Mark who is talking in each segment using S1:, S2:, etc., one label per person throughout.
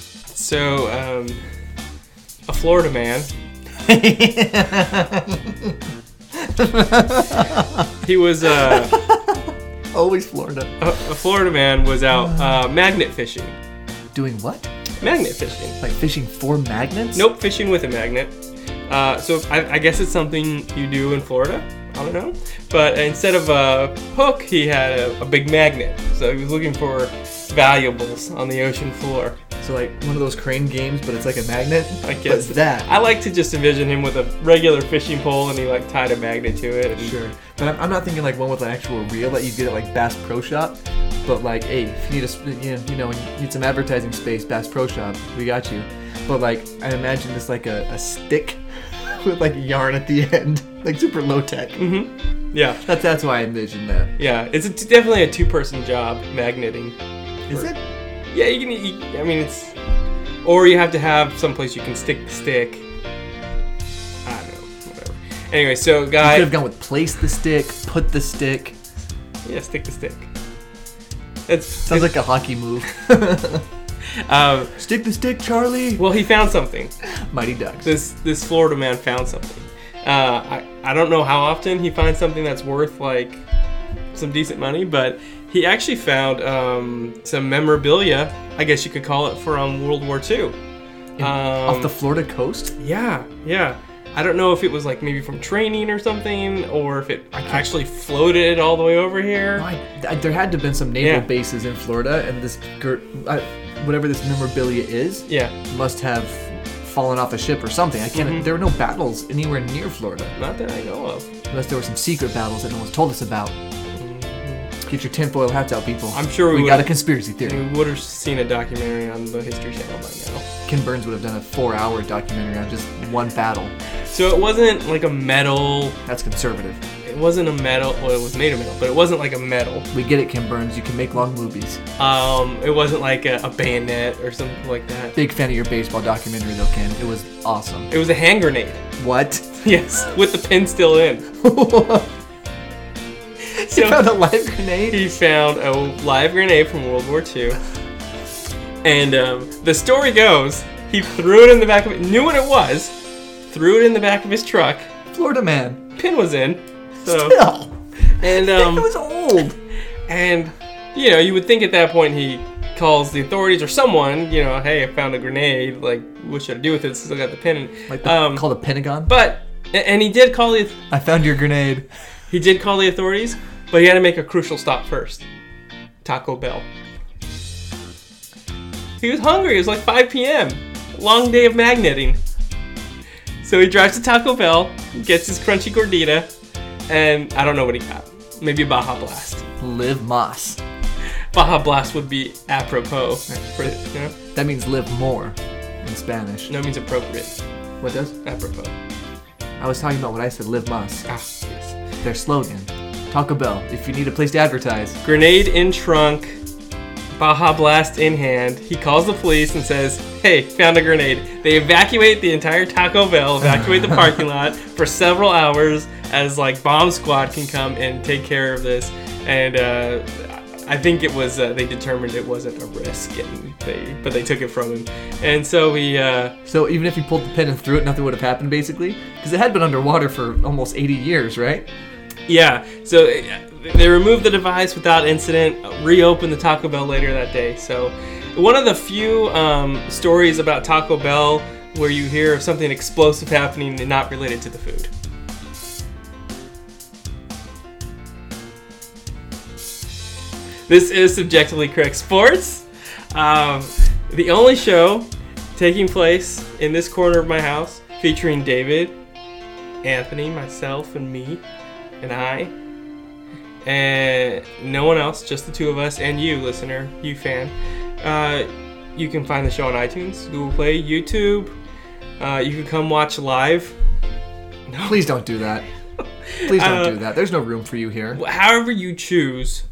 S1: So, um, a Florida man, he was uh,
S2: Always Florida.
S1: a, a Florida man was out uh, magnet fishing.
S2: Doing what?
S1: Magnet fishing.
S2: Like fishing for magnets?
S1: Nope, fishing with a magnet. Uh, so I, I guess it's something you do in Florida. I don't know. But instead of a hook, he had a, a big magnet. So he was looking for valuables on the ocean floor.
S2: So like one of those crane games, but it's like a magnet.
S1: I guess
S2: But that.
S1: I like to just envision him with a regular fishing pole, and he like tied a magnet to it. and-
S2: Sure. But I'm, I'm not thinking like one with an actual reel that you get at like Bass Pro Shop. But like, hey, if you need a, sp- you know, you know, you need some advertising space, Bass Pro Shop, we got you. But like, I imagine this like a, a stick with like yarn at the end, like super low tech.
S1: Mm-hmm. Yeah,
S2: That's that's why I envisioned that.
S1: yeah. It's a t- definitely a two-person job magneting.
S2: Is
S1: Or-
S2: it?
S1: Yeah, you can. You, I mean, it's or you have to have someplace you can stick the stick. I don't know. Whatever. Anyway, so
S2: You could
S1: guy,
S2: have gone with place the stick, put the stick.
S1: yeah, stick the stick. It's it's-
S2: Sounds like a hockey move.
S1: Um,
S2: stick the stick, Charlie.
S1: well, he found something.
S2: Mighty Ducks.
S1: This this Florida man found something. Uh, I I don't know how often he finds something that's worth like some decent money, but he actually found um, some memorabilia. I guess you could call it from World War II. Um,
S2: Off the Florida coast.
S1: Yeah, yeah. I don't know if it was like maybe from training or something, or if it actually floated it all the way over here.
S2: I, I- there had to have been some naval
S1: Yeah.
S2: bases in Florida, and this gir- I, whatever this memorabilia is
S1: Yeah,
S2: must have fallen off a ship or something. I
S1: Mm-hmm.
S2: can't. There were no battles anywhere near Florida,
S1: not that I know of.
S2: unless there were some secret battles that no one's told us about. Get your tinfoil hats out, people.
S1: Mm-hmm. I'm sure we
S2: we got a
S1: would've-
S2: conspiracy theory.
S1: We would have seen a documentary on the History Channel by now.
S2: Ken Burns would have done a four-hour documentary on just one battle.
S1: So it wasn't like a metal.
S2: That's conservative.
S1: It wasn't a metal. Well, it was made of metal, but it wasn't like a metal.
S2: We get it, Ken Burns. You can make long movies.
S1: Um, it wasn't like a, a bayonet or something like that.
S2: Big fan of your baseball documentary, though, Ken. It was awesome.
S1: It was a hand grenade.
S2: What?
S1: Yes, with the pin still in.
S2: He
S1: So-
S2: found a live grenade.
S1: he found a live grenade from World War II. And um, the story goes, he threw it in the back of knew what it was, threw it in the back of his truck.
S2: Florida man.
S1: Pin was in, so
S2: Bill.
S1: and
S2: it
S1: um,
S2: was old.
S1: and you know you would think at that point he calls the authorities or someone, you know, hey, I found a grenade. Like, what should I do with it? Still got the pin.
S2: Like the,
S1: um,
S2: called the Pentagon.
S1: but and he did call the
S2: I found your grenade.
S1: he did call the authorities, but he had to make a crucial stop first. Taco Bell. He was hungry. It was like 5 p.m. Long day of magneting. So he drives to Taco Bell, gets his crunchy gordita, and I don't know what he got. Maybe a Baja Blast.
S2: Live Moss.
S1: Baja Blast would be apropos. For, you know?
S2: That means live more in Spanish.
S1: No means appropriate.
S2: What does?
S1: Apropos.
S2: I was talking about what I said. Live Moss.
S1: Ah, yes.
S2: Their slogan. Taco Bell. If you need a place to advertise,
S1: Grenade in trunk, Baja Blast in hand. He calls the police and says, Hey, found a grenade. They evacuate the entire Taco Bell, evacuate the parking lot for several hours as like bomb squad can come and take care of this. And uh, I think it was uh, they determined it wasn't a risk, and they but they took it from him. And so he uh,
S2: so even if you pulled the pin and threw it, nothing would have happened, basically, because it had been underwater for almost 80 years, right?
S1: Yeah, so uh, they removed the device without incident, reopened the Taco Bell later that day. So, one of the few um, stories about Taco Bell where you hear of something explosive happening and not related to the food. This is Subjectively Correct Sports. Um, the only show taking place in this corner of my house featuring David, Anthony, myself, and me and I, and no one else, just the two of us and you, listener, you fan. Uh, you can find the show on iTunes, Google Play, YouTube. Uh, you can come watch live.
S2: Please don't do that. Please don't
S1: Uh,
S2: do that. There's no room for you here,
S1: However, you choose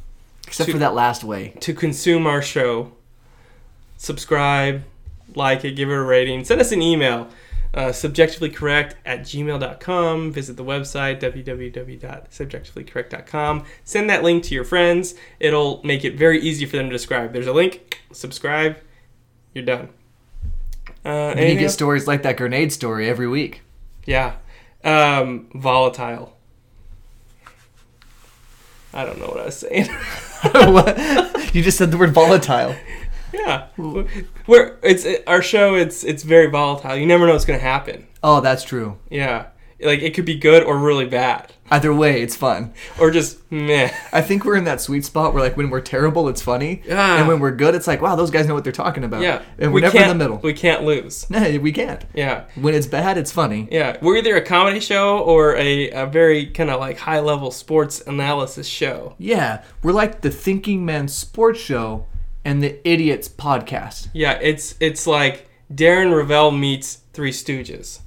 S2: except
S1: to-
S2: for that last way.
S1: to consume our show, subscribe, like it, give it a rating, send us an email. Uh, subjectively correct at gmail.com visit the website www.subjectivelycorrect.com send that link to your friends it'll make it very easy for them to describe there's a link subscribe you're done Uh,
S2: And you
S1: anything
S2: get
S1: else?
S2: stories like that grenade story every week.
S1: yeah. Um, volatile. I don't know what I was saying.
S2: What? you just said the word volatile.
S1: yeah,
S2: Hmm.
S1: we're it's it, our show. It's it's very volatile. You never know what's gonna happen.
S2: Oh, that's true.
S1: Yeah, like it could be good or really bad
S2: Either way, it's fun.
S1: or just meh.
S2: I think we're in that sweet spot where, like, when we're terrible, it's funny,
S1: Yeah.
S2: and when we're good, it's like, wow, those guys know what they're talking about.
S1: Yeah,
S2: and we're
S1: we
S2: never in
S1: can't,
S2: the middle.
S1: We can't lose.
S2: No, we can't.
S1: Yeah,
S2: When it's bad, it's funny.
S1: yeah. We're either a comedy show or a, a very kind of like high level sports analysis show.
S2: Yeah, we're like the Thinking Man Sports Show and the Idiots Podcast.
S1: Yeah, it's it's like Darren Ravel meets Three Stooges.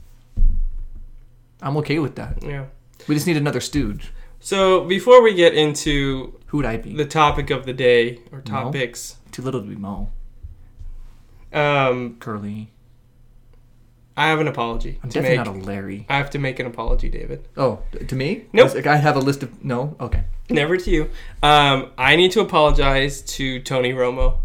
S2: I'm okay with that.
S1: Yeah.
S2: We just need another stooge.
S1: So before we get into
S2: Who would I be?
S1: the topic of the day or topics,
S2: Too little to be Mo.
S1: um,
S2: Curly.
S1: I have an apology
S2: I'm
S1: to
S2: definitely
S1: make.
S2: not a Larry.
S1: I have to make an apology, David.
S2: Oh, to me?
S1: Nope.
S2: Like, I have a list of no. Okay.
S1: Never to you. Um, I need to apologize to Tony Romo.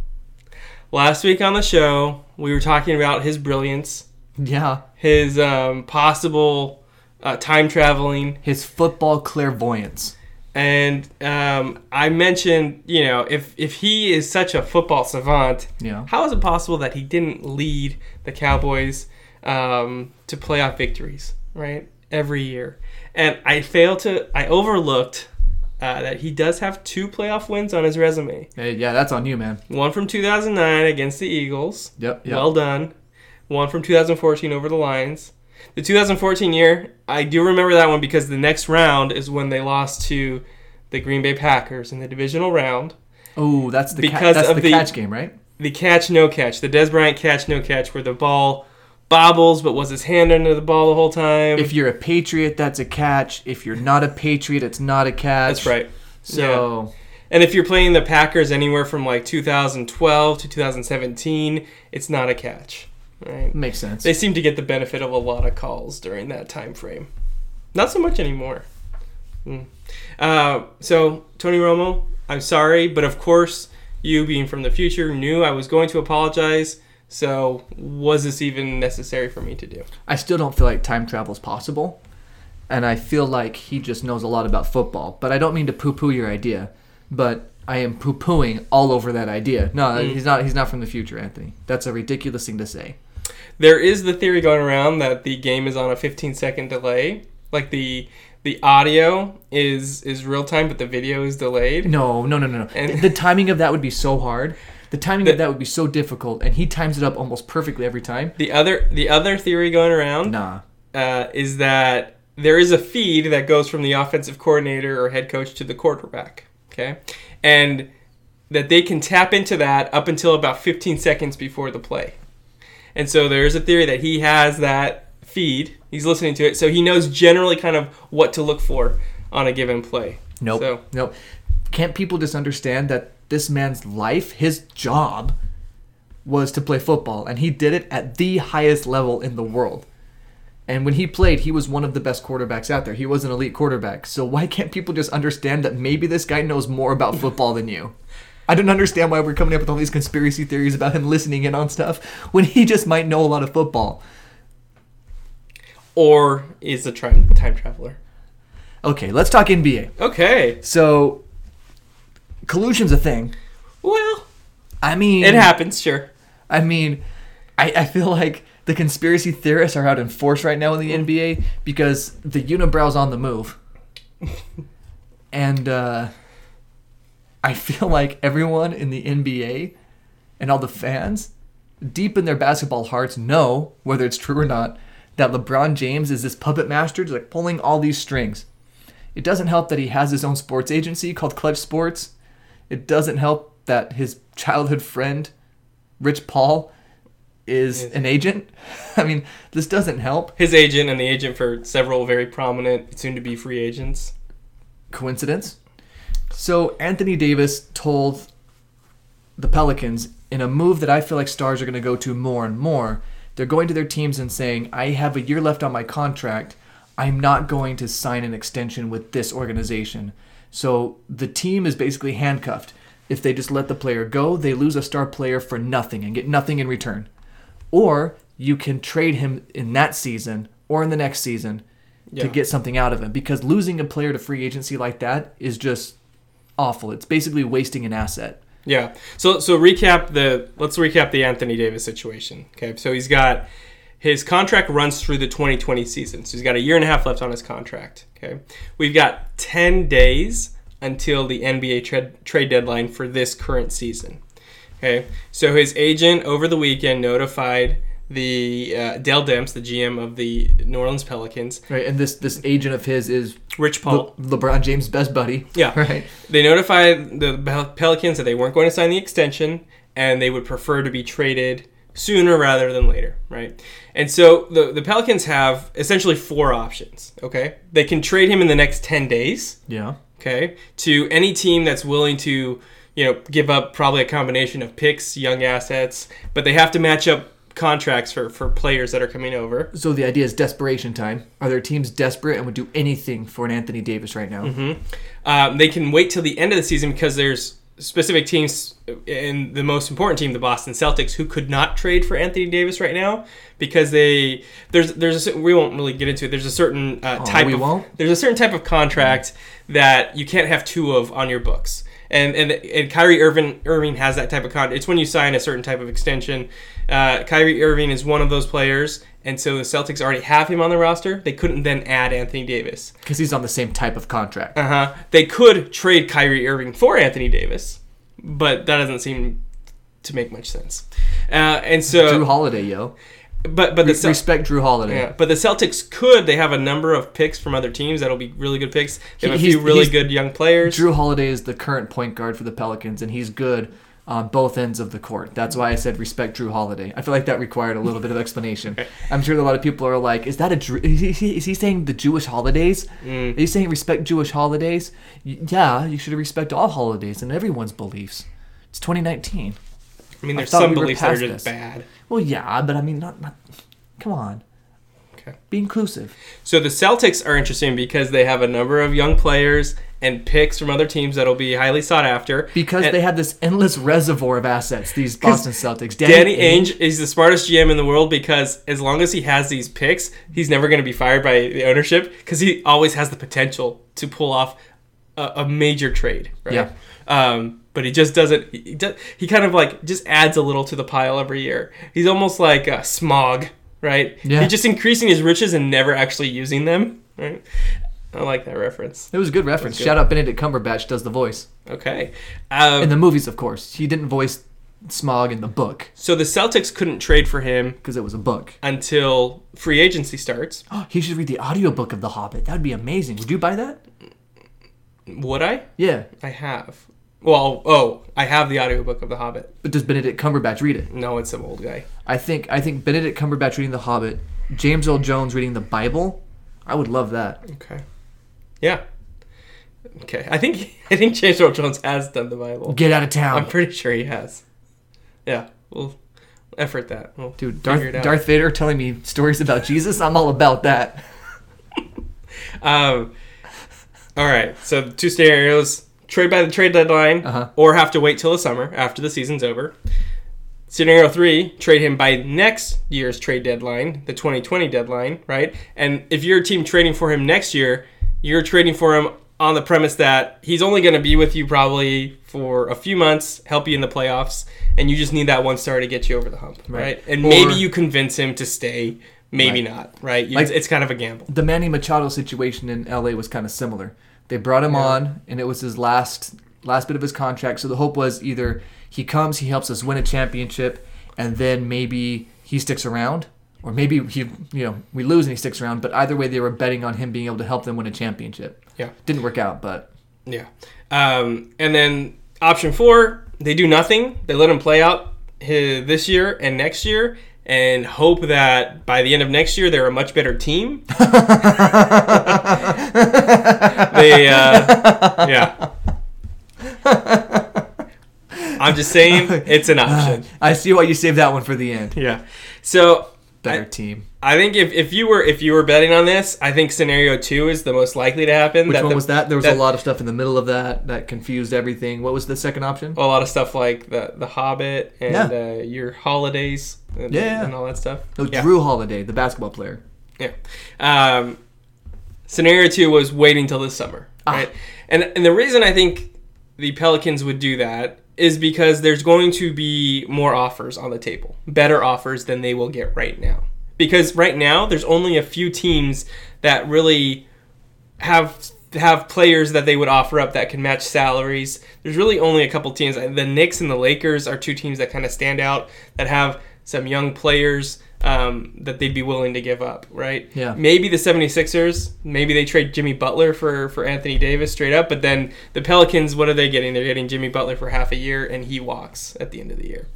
S1: Last week on the show, we were talking about his brilliance,
S2: Yeah.
S1: his um, possible uh, time traveling,
S2: His football clairvoyance.
S1: and um, I mentioned, you know, if if he is such a football savant,
S2: Yeah.
S1: how is it possible that he didn't lead the Cowboys um, to playoff victories, right? Every year. And I failed to, I overlooked uh, that he does have two playoff wins on his resume
S2: Hey, yeah, that's on you, man.
S1: one from 2009 against the Eagles.
S2: Yep. yep.
S1: Well done. One from 2014 over the Lions. The 2014 year, I do remember that one because the next round is when they lost to the Green Bay Packers in the divisional round.
S2: oh, that's the ca-
S1: because
S2: that's
S1: of
S2: the,
S1: the-
S2: catch game, right?
S1: the catch no catch, the Des Bryant catch no catch, where the ball bobbles but was his hand under the ball the whole time.
S2: If you're a patriot, that's a catch. If you're not a patriot, it's not a catch.
S1: That's right.
S2: So
S1: And if you're playing the Packers anywhere from like 2012 to 2017, it's not a catch, right?
S2: makes sense.
S1: They seem to get the benefit of a lot of calls during that time frame. Not so much anymore. Mm. Uh, so Tony Romo, I'm sorry, but of course, you being from the future knew I was going to apologize. So was this even necessary for me to do?
S2: I still don't feel like time travel is possible. And I feel like he just knows a lot about football. But I don't mean to poo poo your idea, but I am poo pooing all over that idea. No,
S1: Mm.
S2: he's not he's not from the future, Anthony. That's a ridiculous thing to say.
S1: There is the theory going around that the game is on a 15 second delay, like the the audio is is real time, but the video is delayed.
S2: No, no, no, no, no.
S1: And-
S2: the timing of that would be so hard. The timing of that would be so difficult, and he times it up almost perfectly every time.
S1: The other the other theory going around
S2: Nah.
S1: uh, is that there is a feed that goes from the offensive coordinator or head coach to the quarterback. Okay, and that they can tap into that up until about 15 seconds before the play. And so there is a theory that he has that feed. He's listening to it, so he knows generally kind of what to look for on a given play.
S2: Nope.
S1: So
S2: Nope. Can't people just understand that this man's life, his job, was to play football, and he did it at the highest level in the world. And when he played, he was one of the best quarterbacks out there. He was an elite quarterback. So why can't people just understand that maybe this guy knows more about football than you? I don't understand why we're coming up with all these conspiracy theories about him listening in on stuff when he just might know a lot of football.
S1: or is a time time traveler.
S2: Okay, let's talk NBA.
S1: Okay.
S2: So collusion's a thing.
S1: Well,
S2: I mean,
S1: it happens, sure.
S2: I mean, I, I feel like the conspiracy theorists are out in force right now in the NBA because the unibrow's on the move. and uh, I feel like everyone in the NBA and all the fans, deep in their basketball hearts, know, whether it's true or not, that LeBron James is this puppet master, just like pulling all these strings. It doesn't help that he has his own sports agency called Clutch Sports. It doesn't help that his childhood friend, Rich Paul, is an agent. I mean, this doesn't help.
S1: His agent and the agent for several very prominent, soon to be free agents.
S2: Coincidence? So, Anthony Davis told the Pelicans in a move that I feel like stars are going to go to more and more. They're going to their teams and saying, I have a year left on my contract. I'm not going to sign an extension with this organization. So the team is basically handcuffed. If they just let the player go, they lose a star player for nothing and get nothing in return. Or you can trade him in that season or in the next season
S1: Yeah.
S2: to get something out of him because losing a player to free agency like that is just awful. It's basically wasting an asset.
S1: Yeah. So so recap the let's recap the Anthony Davis situation. Okay. So he's got his contract runs through the 2020 season. So he's got a year and a half left on his contract. Okay. We've got 10 days until the NBA trade trade deadline for this current season. Okay. So his agent over the weekend notified the uh, Dell Demps, the GM of the New Orleans Pelicans,
S2: Right? And this this agent of his is
S1: Rich Paul.
S2: Le- LeBron James' best buddy.
S1: Yeah.
S2: Right.
S1: They notified the Pel- Pelicans that they weren't going to sign the extension and they would prefer to be traded sooner rather than later, right? And so the, the Pelicans have essentially four options, okay? They can trade him in the next 10 days,
S2: Yeah.
S1: okay, to any team that's willing to, you know, give up probably a combination of picks, young assets, but they have to match up contracts for, for players that are coming over.
S2: So the idea is desperation time. Are there teams desperate and would do anything for an Anthony Davis right now?
S1: Um, they can wait till the end of the season because there's specific teams, uh, and the most important team, the Boston Celtics, who could not trade for Anthony Davis right now because they there's there's a, cer- we won't really get into it. There's a certain uh, type
S2: Oh, we
S1: of
S2: won't?
S1: there's a certain type of contract that you can't have two of on your books. And, and, and Kyrie Irving Irving has that type of contract. It's when you sign a certain type of extension. Uh, Kyrie Irving is one of those players, and so the Celtics already have him on the roster. They couldn't then add Anthony Davis.
S2: Because he's on the same type of contract.
S1: Uh huh. They could trade Kyrie Irving for Anthony Davis, but that doesn't seem to make much sense. Uh, and
S2: Drew
S1: so,
S2: Holiday, yo.
S1: but but the Cel-
S2: Respect Drew Holiday.
S1: yeah, but the Celtics could. They have a number of picks from other teams that'll be really good picks. They have a
S2: He- he's-
S1: few really
S2: he's-
S1: good young players.
S2: Drew Holiday is the current point guard for the Pelicans, and he's good on both ends of the court. That's why I said respect Drew Holiday. I feel like that required a little bit of explanation. I'm sure a lot of people are like, "Is that a Drew? Is he, is he saying the Jewish holidays?
S1: Mm.
S2: Is he saying respect Jewish holidays? Y- Yeah, you should respect all holidays and everyone's beliefs. It's 2019.
S1: I mean,
S2: I
S1: there's
S2: thought
S1: some
S2: we were
S1: beliefs that are
S2: past
S1: just
S2: this.
S1: bad.
S2: Well, yeah, but I mean, not, not come on,
S1: Okay.
S2: be inclusive.
S1: So the Celtics are interesting because they have a number of young players and picks from other teams that'll be highly sought after.
S2: Because
S1: And-
S2: they have this endless reservoir of assets. These Boston Celtics.
S1: Danny Ainge is the smartest GM in the world because as long as he has these picks, he's never going to be fired by the ownership because he always has the potential to pull off a, a major trade. Right?
S2: Yeah.
S1: Um, but he just doesn't. He, he does, he kind of like just adds a little to the pile every year. He's almost like uh, smog, right?
S2: Yeah.
S1: He's just increasing his riches and never actually using them. Right. I like that reference.
S2: It was a good reference.
S1: good.
S2: Shout out Benedict Cumberbatch does the voice.
S1: Okay. Um,
S2: in the movies, of course. He didn't voice Smog in the book
S1: so the Celtics couldn't trade for him
S2: because it was a book.
S1: until free agency starts.
S2: he should read the audiobook of The Hobbit. That would be amazing. Would you buy that?
S1: Would I?
S2: Yeah.
S1: I have. Well, oh, I have the audiobook of The Hobbit.
S2: But does Benedict Cumberbatch read it?
S1: No, it's some old guy.
S2: I think I think Benedict Cumberbatch reading The Hobbit, James Earl Jones reading the Bible. I would love that.
S1: Okay. Yeah. Okay. I think I think James Earl Jones has done the Bible.
S2: Get out of
S1: I'm
S2: town.
S1: pretty sure he has. Yeah. We'll effort that. We'll
S2: Dude,
S1: figure it
S2: Darth,
S1: out.
S2: Darth Vader telling me stories about Jesus, I'm all about that.
S1: Um. All right. So two scenarios: trade by the trade deadline,
S2: Uh-huh.
S1: or have to wait till the summer after the season's over. Scenario three: trade him by next year's trade deadline, the 2020 deadline, right? And if you're a team trading for him next year, you're trading for him on the premise that he's only going to be with you probably for a few months, help you in the playoffs, and you just need that one star to get you over the hump, right? And
S2: Or-
S1: maybe you convince him to stay, maybe not, right? You-
S2: Like-
S1: it's kind of a gamble.
S2: the Manny Machado situation in LA was kind of similar. They brought him on, and it was his last last bit of his contract. So the hope was either he comes, he helps us win a championship, and then maybe he sticks around, or maybe he you know we lose and he sticks around. But either way, they were betting on him being able to help them win a championship.
S1: Yeah.
S2: didn't work out, but
S1: Yeah. Um, and then option four, they do nothing. They let him play out his, this year and next year and hope that by the end of next year they're a much better team. they, uh, yeah. I'm just saying it's an option.
S2: I see why you saved that one for the end.
S1: Yeah. So
S2: Better team.
S1: I think if, if you were if you were betting on this, I think scenario two is the most likely to happen.
S2: Which
S1: that
S2: one
S1: the-
S2: was that? There was
S1: that-
S2: a lot of stuff in the middle of that that confused everything. What was the second option?
S1: a lot of stuff like the the Hobbit and
S2: Yeah.
S1: uh, your holidays and,
S2: Yeah, yeah.
S1: and all that stuff.
S2: No,
S1: yeah.
S2: Drew Holiday, the basketball player.
S1: Yeah. Um, scenario two was waiting till this summer,
S2: Ah.
S1: right? And and the reason I think the Pelicans would do that is because there's going to be more offers on the table, better offers than they will get right now. Because right now there's only a few teams that really have have players that they would offer up that can match salaries. There's really only a couple teams. The Knicks and the Lakers are two teams that kind of stand out that have some young players um, that they'd be willing to give up, right?
S2: Yeah.
S1: Maybe the 76ers, maybe they trade Jimmy Butler for, for Anthony Davis straight up, but then the Pelicans, what are they getting? They're getting Jimmy Butler for half a year and he walks at the end of the year.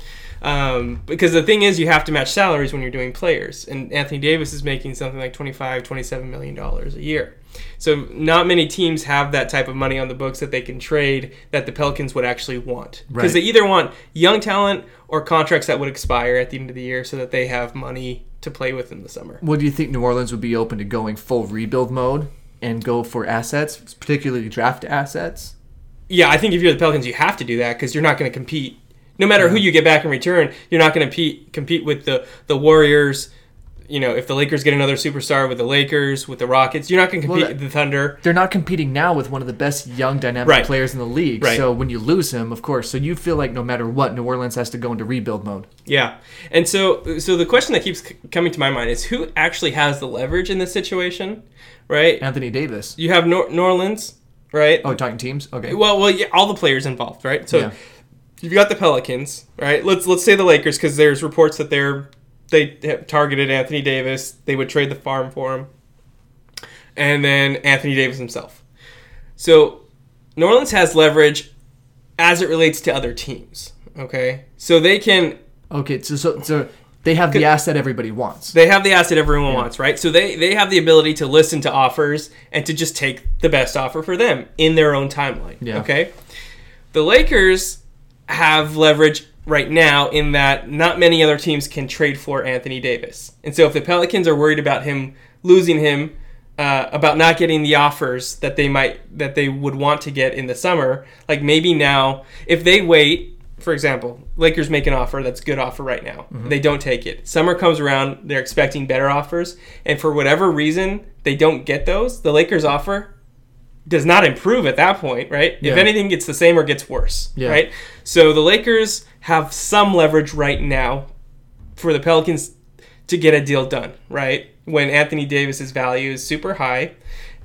S1: Um, because the thing is, you have to match salaries when you're doing players, and Anthony Davis is making something like 25, 27 million dollars a year. So not many teams have that type of money on the books that they can trade that the Pelicans would actually want. Because
S2: Right.
S1: they either want young talent or contracts that would expire at the end of the year so that they have money to play with in the summer.
S2: What do you think New Orleans would be open to going full rebuild mode and go for assets, particularly draft assets?
S1: Yeah, I think if you're the Pelicans, you have to do that because you're not going to compete. No matter who you get back in return, you're not going to compete compete with the the Warriors. You know, if the Lakers get another superstar with the Lakers, with the Rockets, you're not going to compete
S2: that-
S1: with the Thunder.
S2: They're not competing now with one of the best young dynamic
S1: Right.
S2: players in the league.
S1: Right.
S2: So when you lose him, of course, so you feel like no matter what, New Orleans has to go into rebuild mode.
S1: Yeah, and so so the question that keeps c- coming to my mind is who actually has the leverage in this situation, right?
S2: Anthony Davis.
S1: You have Nor- New Orleans, right?
S2: Oh, talking teams? Okay.
S1: Well, well, yeah, all the players involved, right? So
S2: Yeah.
S1: you've got the Pelicans, right? Let's let's say the Lakers because there's reports that they're they have targeted Anthony Davis. They would trade the farm for him, and then Anthony Davis himself. So New Orleans has leverage as it relates to other teams. Okay, so they can
S2: Okay, so, so so they have the asset everybody wants.
S1: they have the asset everyone wants, right? So they they have the ability to listen to offers and to just take the best offer for them in their own timeline.
S2: Yeah.
S1: Okay. The Lakers have leverage right now in that not many other teams can trade for Anthony Davis, and so if the Pelicans are worried about him losing him. Uh, about not getting the offers that they might that they would want to get in the summer like maybe now if they wait for example, Lakers make an offer that's good offer right now. They don't take it. Summer comes around, they're expecting better offers, and for whatever reason, they don't get those. The Lakers offer does not improve at that point, right?
S2: Yeah.
S1: If anything gets the same or gets worse,
S2: Yeah.
S1: right? So the Lakers have some leverage right now for the Pelicans to get a deal done, right? When Anthony Davis's value is super high,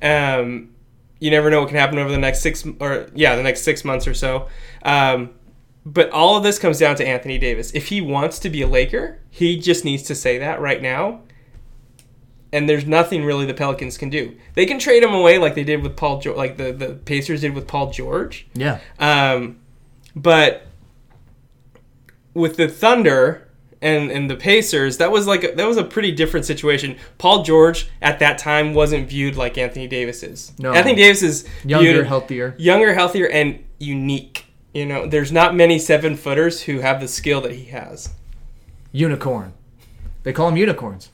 S1: um, you never know what can happen over the next six or yeah, the next six months or so. Um, but all of this comes down to Anthony Davis. If he wants to be a Laker, he just needs to say that right now. And there's nothing really the Pelicans can do. They can trade him away like they did with Paul, George, like the the Pacers did with Paul George.
S2: Yeah.
S1: Um, but with the Thunder and and the Pacers, that was like a, that was a pretty different situation. Paul George at that time wasn't viewed like Anthony Davis is.
S2: No.
S1: Anthony Davis is
S2: Younger,
S1: viewed-
S2: healthier.
S1: younger, healthier, and unique. You know, there's not many seven footers who have the skill that he has.
S2: Unicorn. They call them unicorns.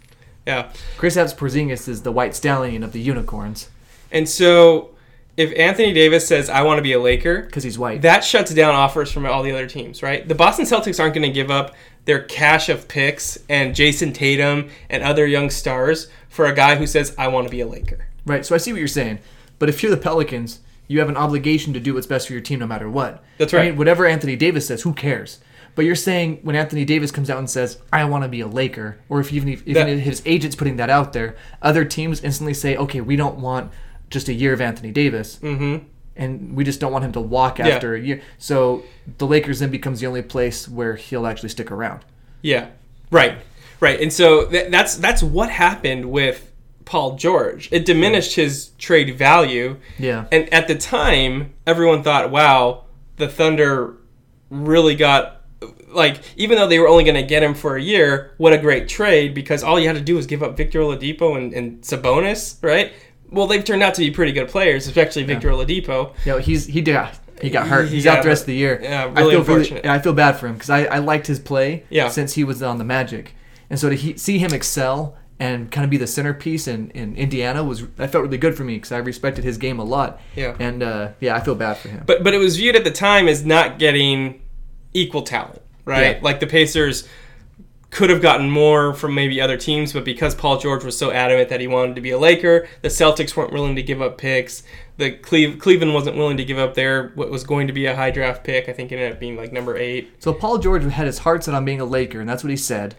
S1: Yeah,
S2: Chris Apps Porzingis is the white stallion of the unicorns
S1: and so if Anthony Davis says, "I want to be a Laker,"
S2: because he's white.
S1: that shuts down offers from all the other teams, right? The Boston Celtics aren't going to give up their cash of picks and Jason Tatum and other young stars for a guy who says, I want to be a Laker.
S2: right. So I see what you're saying. But if you're the Pelicans, you have an obligation to do what's best for your team no matter what.
S1: That's
S2: I
S1: right.
S2: mean, whatever Anthony Davis says, who cares? But you're saying when Anthony Davis comes out and says, "I want to be a Laker," or if even if, even
S1: That-
S2: if his agent's putting that out there, other teams instantly say, "Okay, we don't want just a year of Anthony Davis."
S1: Mm-hmm.
S2: and we just don't want him to walk
S1: Yeah.
S2: after a year. So the Lakers then becomes the only place where he'll actually stick around.
S1: Yeah. Right. Right. And so th- that's that's what happened with Paul George. It diminished his trade value.
S2: Yeah.
S1: And at the time, everyone thought, wow, the Thunder really got like even though they were only going to get him for a year, what a great trade because all you had to do was give up Victor Oladipo and, and Sabonis, right? Well, they've turned out to be pretty good players, especially Victor Oladipo.
S2: You know, he's he did he got hurt.
S1: He
S2: He's
S1: got
S2: out the rest of the year.
S1: Yeah, really
S2: I feel
S1: unfortunate.
S2: and I feel bad for him because I, I liked his play
S1: Yeah.
S2: since he was on the Magic, and so to he, see him excel and kind of be the centerpiece in, in Indiana was that felt really good for me because I respected his game a lot.
S1: Yeah.
S2: And uh, yeah, I feel bad for him.
S1: But but it was viewed at the time as not getting equal talent, right?
S2: Yeah.
S1: Like the Pacers could have gotten more from maybe other teams, but because Paul George was so adamant that he wanted to be a Laker, the Celtics weren't willing to give up picks. The Cleve- Cleveland wasn't willing to give up their what was going to be a high draft pick. I think it ended up being like number eight.
S2: so Paul George had his heart set on being a Laker, and that's what he said.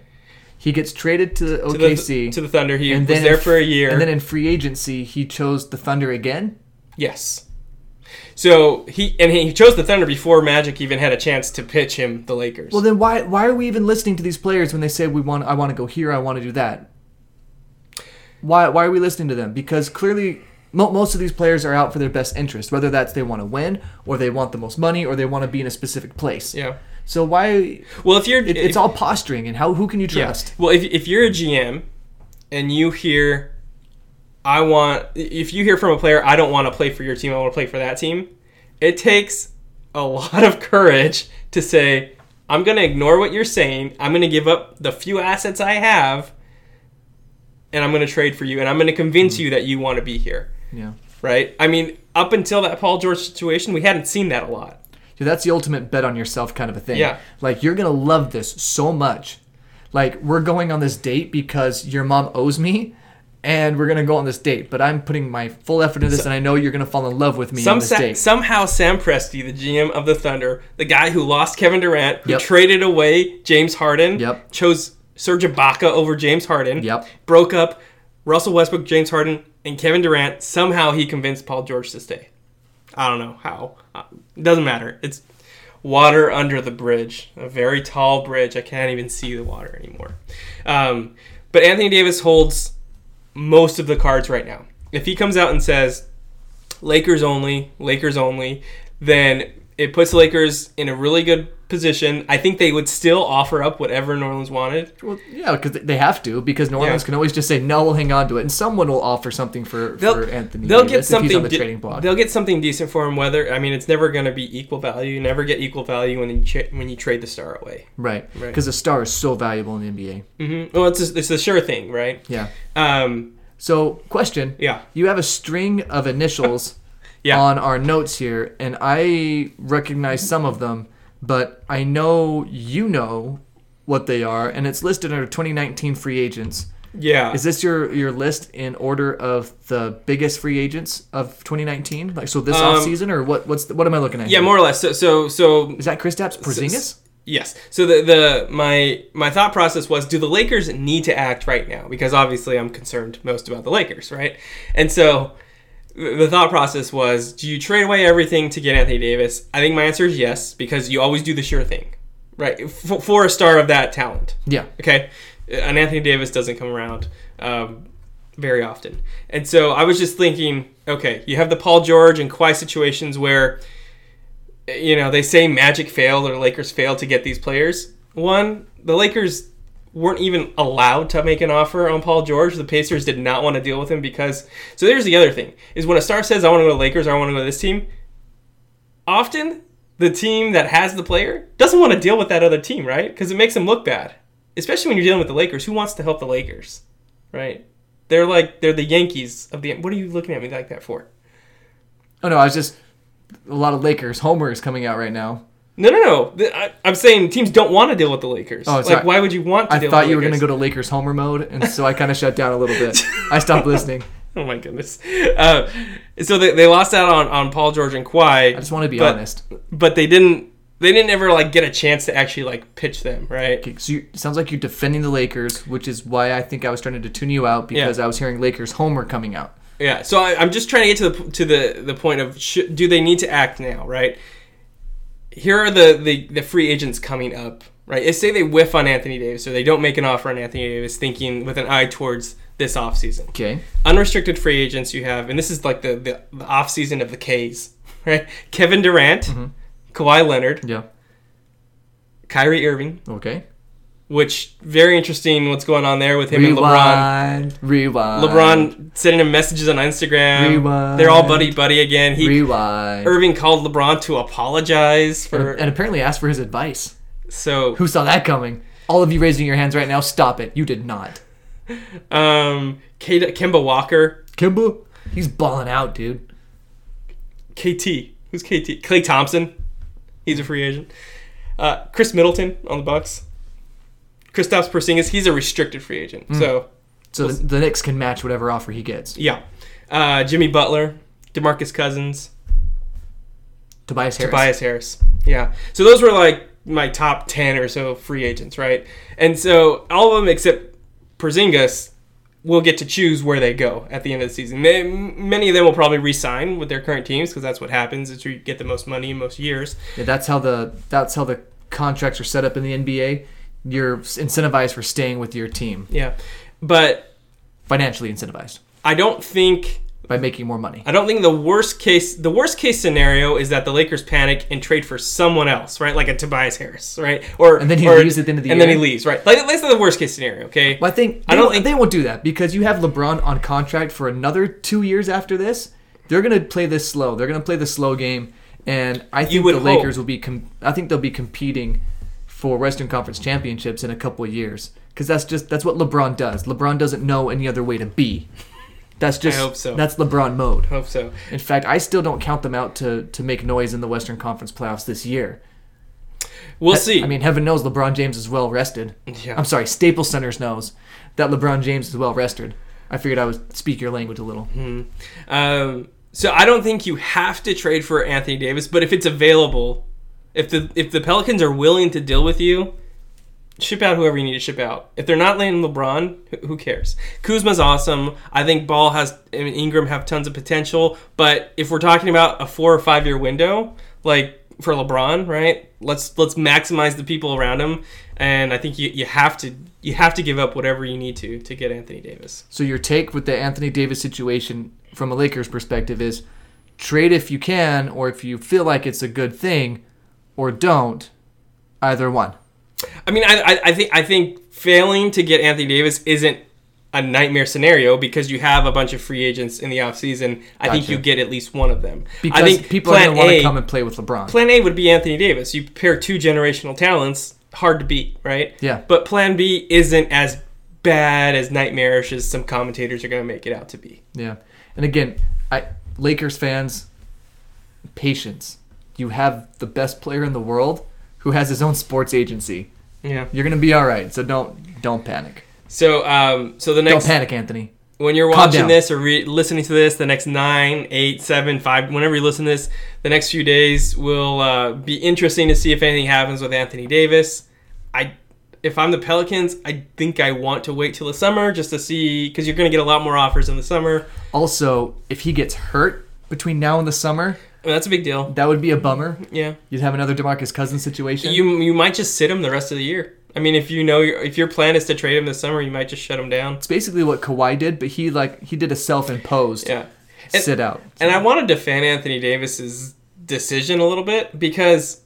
S2: He gets traded to the
S1: To the-
S2: OKC,
S1: to the Thunder. He
S2: and
S1: was
S2: then
S1: there
S2: in-
S1: for a year.
S2: and then in free agency, he chose the Thunder again.
S1: Yes. So he and he chose the Thunder before Magic even had a chance to pitch him the Lakers.
S2: Well, then why why are we even listening to these players when they say we want I want to go here, I want to do that? Why why are we listening to them? Because clearly mo- most of these players are out for their best interest, whether that's they want to win or they want the most money or they want to be in a specific place.
S1: yeah.
S2: So why it,
S1: Well, if you're
S2: it's
S1: if-
S2: all posturing and how who can you
S1: yeah.
S2: trust?
S1: Well, if if you're a GM and you hear I want if you hear from a player I don't want to play for your team, I want to play for that team, it takes a lot of courage to say I'm going to ignore what you're saying. I'm going to give up the few assets I have and I'm going to trade for you and I'm going to convince you that you want to be here.
S2: Yeah.
S1: right? I mean, up until that Paul George situation, we hadn't seen that a lot.
S2: Dude, that's the ultimate bet on yourself kind of a thing.
S1: Yeah.
S2: Like you're gonna love this so much. Like we're going on this date because your mom owes me, and we're gonna go on this date. But I'm putting my full effort into this, and I know you're gonna fall in love with me on
S1: Some
S2: this
S1: sa-
S2: date.
S1: somehow Sam Presti, the GM of the Thunder, the guy who lost Kevin Durant, who
S2: Yep.
S1: traded away James Harden,
S2: Yep.
S1: chose Serge Ibaka over James Harden,
S2: Yep.
S1: broke up Russell Westbrook, James Harden, and Kevin Durant. Somehow he convinced Paul George to stay. I don't know how. Uh, It doesn't matter. It's water under the bridge, a very tall bridge. I can't even see the water anymore. Um, but Anthony Davis holds most of the cards right now. If he comes out and says Lakers only, Lakers only, then it puts the Lakers in a really good position. I think they would still offer up whatever New Orleans wanted.
S2: well, yeah, because they have to. Because New Orleans
S1: Yeah.
S2: can always just say no. We'll hang on to it, and someone will offer something for, for Anthony.
S1: they'll
S2: Davis
S1: get something.
S2: If he's on the
S1: de-
S2: trading block.
S1: They'll get something decent for him. Whether I mean, it's never going to be equal value. You never get equal value when you cha- when you trade the star away.
S2: Right. Because
S1: Right.
S2: the star is so valuable in the NBA.
S1: Mm-hmm. Well, it's a, it's a sure thing, right?
S2: Yeah.
S1: Um,
S2: So question.
S1: yeah,
S2: You have a string of initials
S1: Yeah.
S2: on our notes here, and I recognize some of them, but I know you know what they are, and it's listed under 2019 free agents.
S1: yeah.
S2: Is this your, your list in order of the biggest free agents of 2019? Like so this
S1: Um,
S2: off offseason, or what? What's the, what am I looking at?
S1: yeah,
S2: here?
S1: more or less. So, so, so
S2: Is that Kristaps Porzingis?
S1: S- Yes. So the the my my thought process was: Do the Lakers need to act right now? Because obviously, I'm concerned most about the Lakers, right? And so th- the thought process was: Do you trade away everything to get Anthony Davis? I think my answer is yes, because you always do the sure thing, right? F- for a star of that talent,
S2: Yeah.
S1: okay. And Anthony Davis doesn't come around um, very often, and so I was just thinking: Okay, you have the Paul George and Kawhi situations where you know, they say Magic failed or Lakers failed to get these players. One, the Lakers weren't even allowed to make an offer on Paul George. The Pacers did not want to deal with him because. So there's the other thing: is when a star says, "I want to go to Lakers," or "I want to go to this team," often the team that has the player doesn't want to deal with that other team, right? Because it makes them look bad, especially when you're dealing with the Lakers. Who wants to help the Lakers, right? They're like they're the Yankees of the. What are you looking at me like that for?
S2: Oh no, I was just a lot of Lakers. Homer is coming out right now.
S1: No, no, no. The- I, I'm saying teams don't want to deal with the Lakers.
S2: Oh,
S1: like,
S2: sorry.
S1: why would you want to
S2: I
S1: deal
S2: thought
S1: with
S2: you were
S1: the
S2: going to
S1: Lakers?
S2: go to Lakers Homer mode, and so I kind of shut down a little bit. I stopped listening.
S1: Oh, my goodness. Uh, so they, they lost out on, on Paul George and Kawhi.
S2: I just want to be
S1: but,
S2: honest.
S1: But they didn't. They didn't ever like get a chance to actually like pitch them, right?
S2: Okay, so you, sounds like you're defending the Lakers, which is why I think I was trying to tune you out because I was hearing Lakers Homer coming out.
S1: Yeah. So I, I'm just trying to get to the to the the point of sh- do they need to act now, right? Here are the, the the free agents coming up, right? If say they whiff on Anthony Davis or they don't make an offer on Anthony Davis, thinking with an eye towards this offseason.
S2: Okay,
S1: unrestricted free agents you have, and this is like the the, the off season of the K's, right? Kevin Durant,
S2: Mm-hmm.
S1: Kawhi Leonard,
S2: yeah,
S1: Kyrie Irving,
S2: okay.
S1: which very interesting what's going on there with him and LeBron.
S2: Rewind, rewind,
S1: LeBron sending him messages on Instagram.
S2: Rewind.
S1: They're all buddy buddy again. He
S2: rewind,
S1: Irving called LeBron to apologize for
S2: and apparently asked for his advice.
S1: so
S2: Who saw that coming? All of you raising your hands right now, stop it! You did not.
S1: Um, Kata, Kemba Walker,
S2: Kimba, he's balling out, dude.
S1: KT. Who's KT? Clay Thompson. He's a free agent. Uh, Chris Middleton on the Bucks. Kristaps Porzingis. He's a restricted free agent. So
S2: So the, the Knicks can match whatever offer he gets.
S1: yeah, uh, Jimmy Butler, Demarcus Cousins,
S2: Tobias Harris.
S1: Tobias Harris. Yeah. So those were like my top ten or so free agents, right? And so all of them except Porzingis will get to choose where they go at the end of the season. They, m- many of them will probably re-sign with their current teams because that's what happens. It's where you get the most money in most years.
S2: Yeah, that's how the that's how the contracts are set up in the NBA. You're incentivized for staying with your team,
S1: Yeah. But
S2: financially incentivized
S1: I don't think
S2: by making more money.
S1: I don't think the worst case the worst case scenario is that the Lakers panic and trade for someone else, right? Like a Tobias Harris, right? Or
S2: And then he
S1: or-
S2: leaves at the end of the
S1: and then
S2: year.
S1: he leaves, right? Like that's not the worst case scenario, okay?
S2: Well, I think
S1: I
S2: I
S1: don't
S2: don't.
S1: think-
S2: They won't do that because you have LeBron on contract for another two years after this. They're gonna play this slow. They're gonna play the slow game, and I think
S1: would
S2: the Lakers
S1: hope.
S2: will be. Com- I think they'll be competing for Western Conference championships in a couple of years because that's just that's what LeBron does. LeBron doesn't know any other way to be. That's just
S1: hope so.
S2: that's LeBron mode.
S1: I hope so.
S2: In fact, I still don't count them out to to make noise in the Western Conference playoffs this year.
S1: We'll see.
S2: I mean, heaven knows LeBron James is well rested.
S1: Yeah.
S2: I'm sorry, Staples Center's knows that LeBron James is well rested. I figured I would speak your language a little.
S1: Hmm. Um, so I don't think you have to trade for Anthony Davis, but if it's available, if the if the Pelicans are willing to deal with you, ship out whoever you need to ship out. If they're not landing LeBron, wh- who cares? Kuzma's awesome. I think Ball has and Ingram have tons of potential, but if we're talking about a four or five year window, like for LeBron, right? Let's let's maximize the people around him, and I think you, you have to you have to give up whatever you need to to get Anthony Davis.
S2: So your take with the Anthony Davis situation from a Lakers perspective is trade if you can or if you feel like it's a good thing or don't, either one.
S1: I mean, I, I, I think I think failing to get Anthony Davis isn't a nightmare scenario because you have a bunch of free agents in the offseason. I think
S2: Gotcha.
S1: you get at least one of them.
S2: Because
S1: I think
S2: people are
S1: plan
S2: going to want
S1: A-
S2: to come and play with LeBron.
S1: Plan A would be Anthony Davis. You pair two generational talents, hard to beat, right?
S2: Yeah.
S1: But Plan B isn't as bad as nightmarish as some commentators are going to make it out to be.
S2: Yeah. And again, I Lakers fans, patience. You have the best player in the world who has his own sports agency.
S1: Yeah.
S2: You're gonna be all right. So don't don't panic.
S1: So um so the
S2: Don't
S1: next
S2: panic, Anthony.
S1: when you're
S2: Calm
S1: watching
S2: down.
S1: this or re- listening to this, the next nine, eight, seven, five, whenever you listen to this, the next few days will uh, be interesting to see if anything happens with Anthony Davis. I, if I'm the Pelicans, I think I want to wait till the summer just to see because you're going to get a lot more offers in the summer.
S2: Also, if he gets hurt between now and the summer,
S1: I mean, that's a big deal.
S2: that would be a bummer.
S1: Yeah,
S2: You'd have another Demarcus Cousins situation.
S1: you you might just sit him the rest of the year. I mean, if you know your, if your plan is to trade him this summer, you might just shut him down.
S2: it's basically what Kawhi did, but he like he did a self-imposed
S1: Yeah. And-
S2: sit out.
S1: And I want to defend Anthony Davis's decision a little bit because,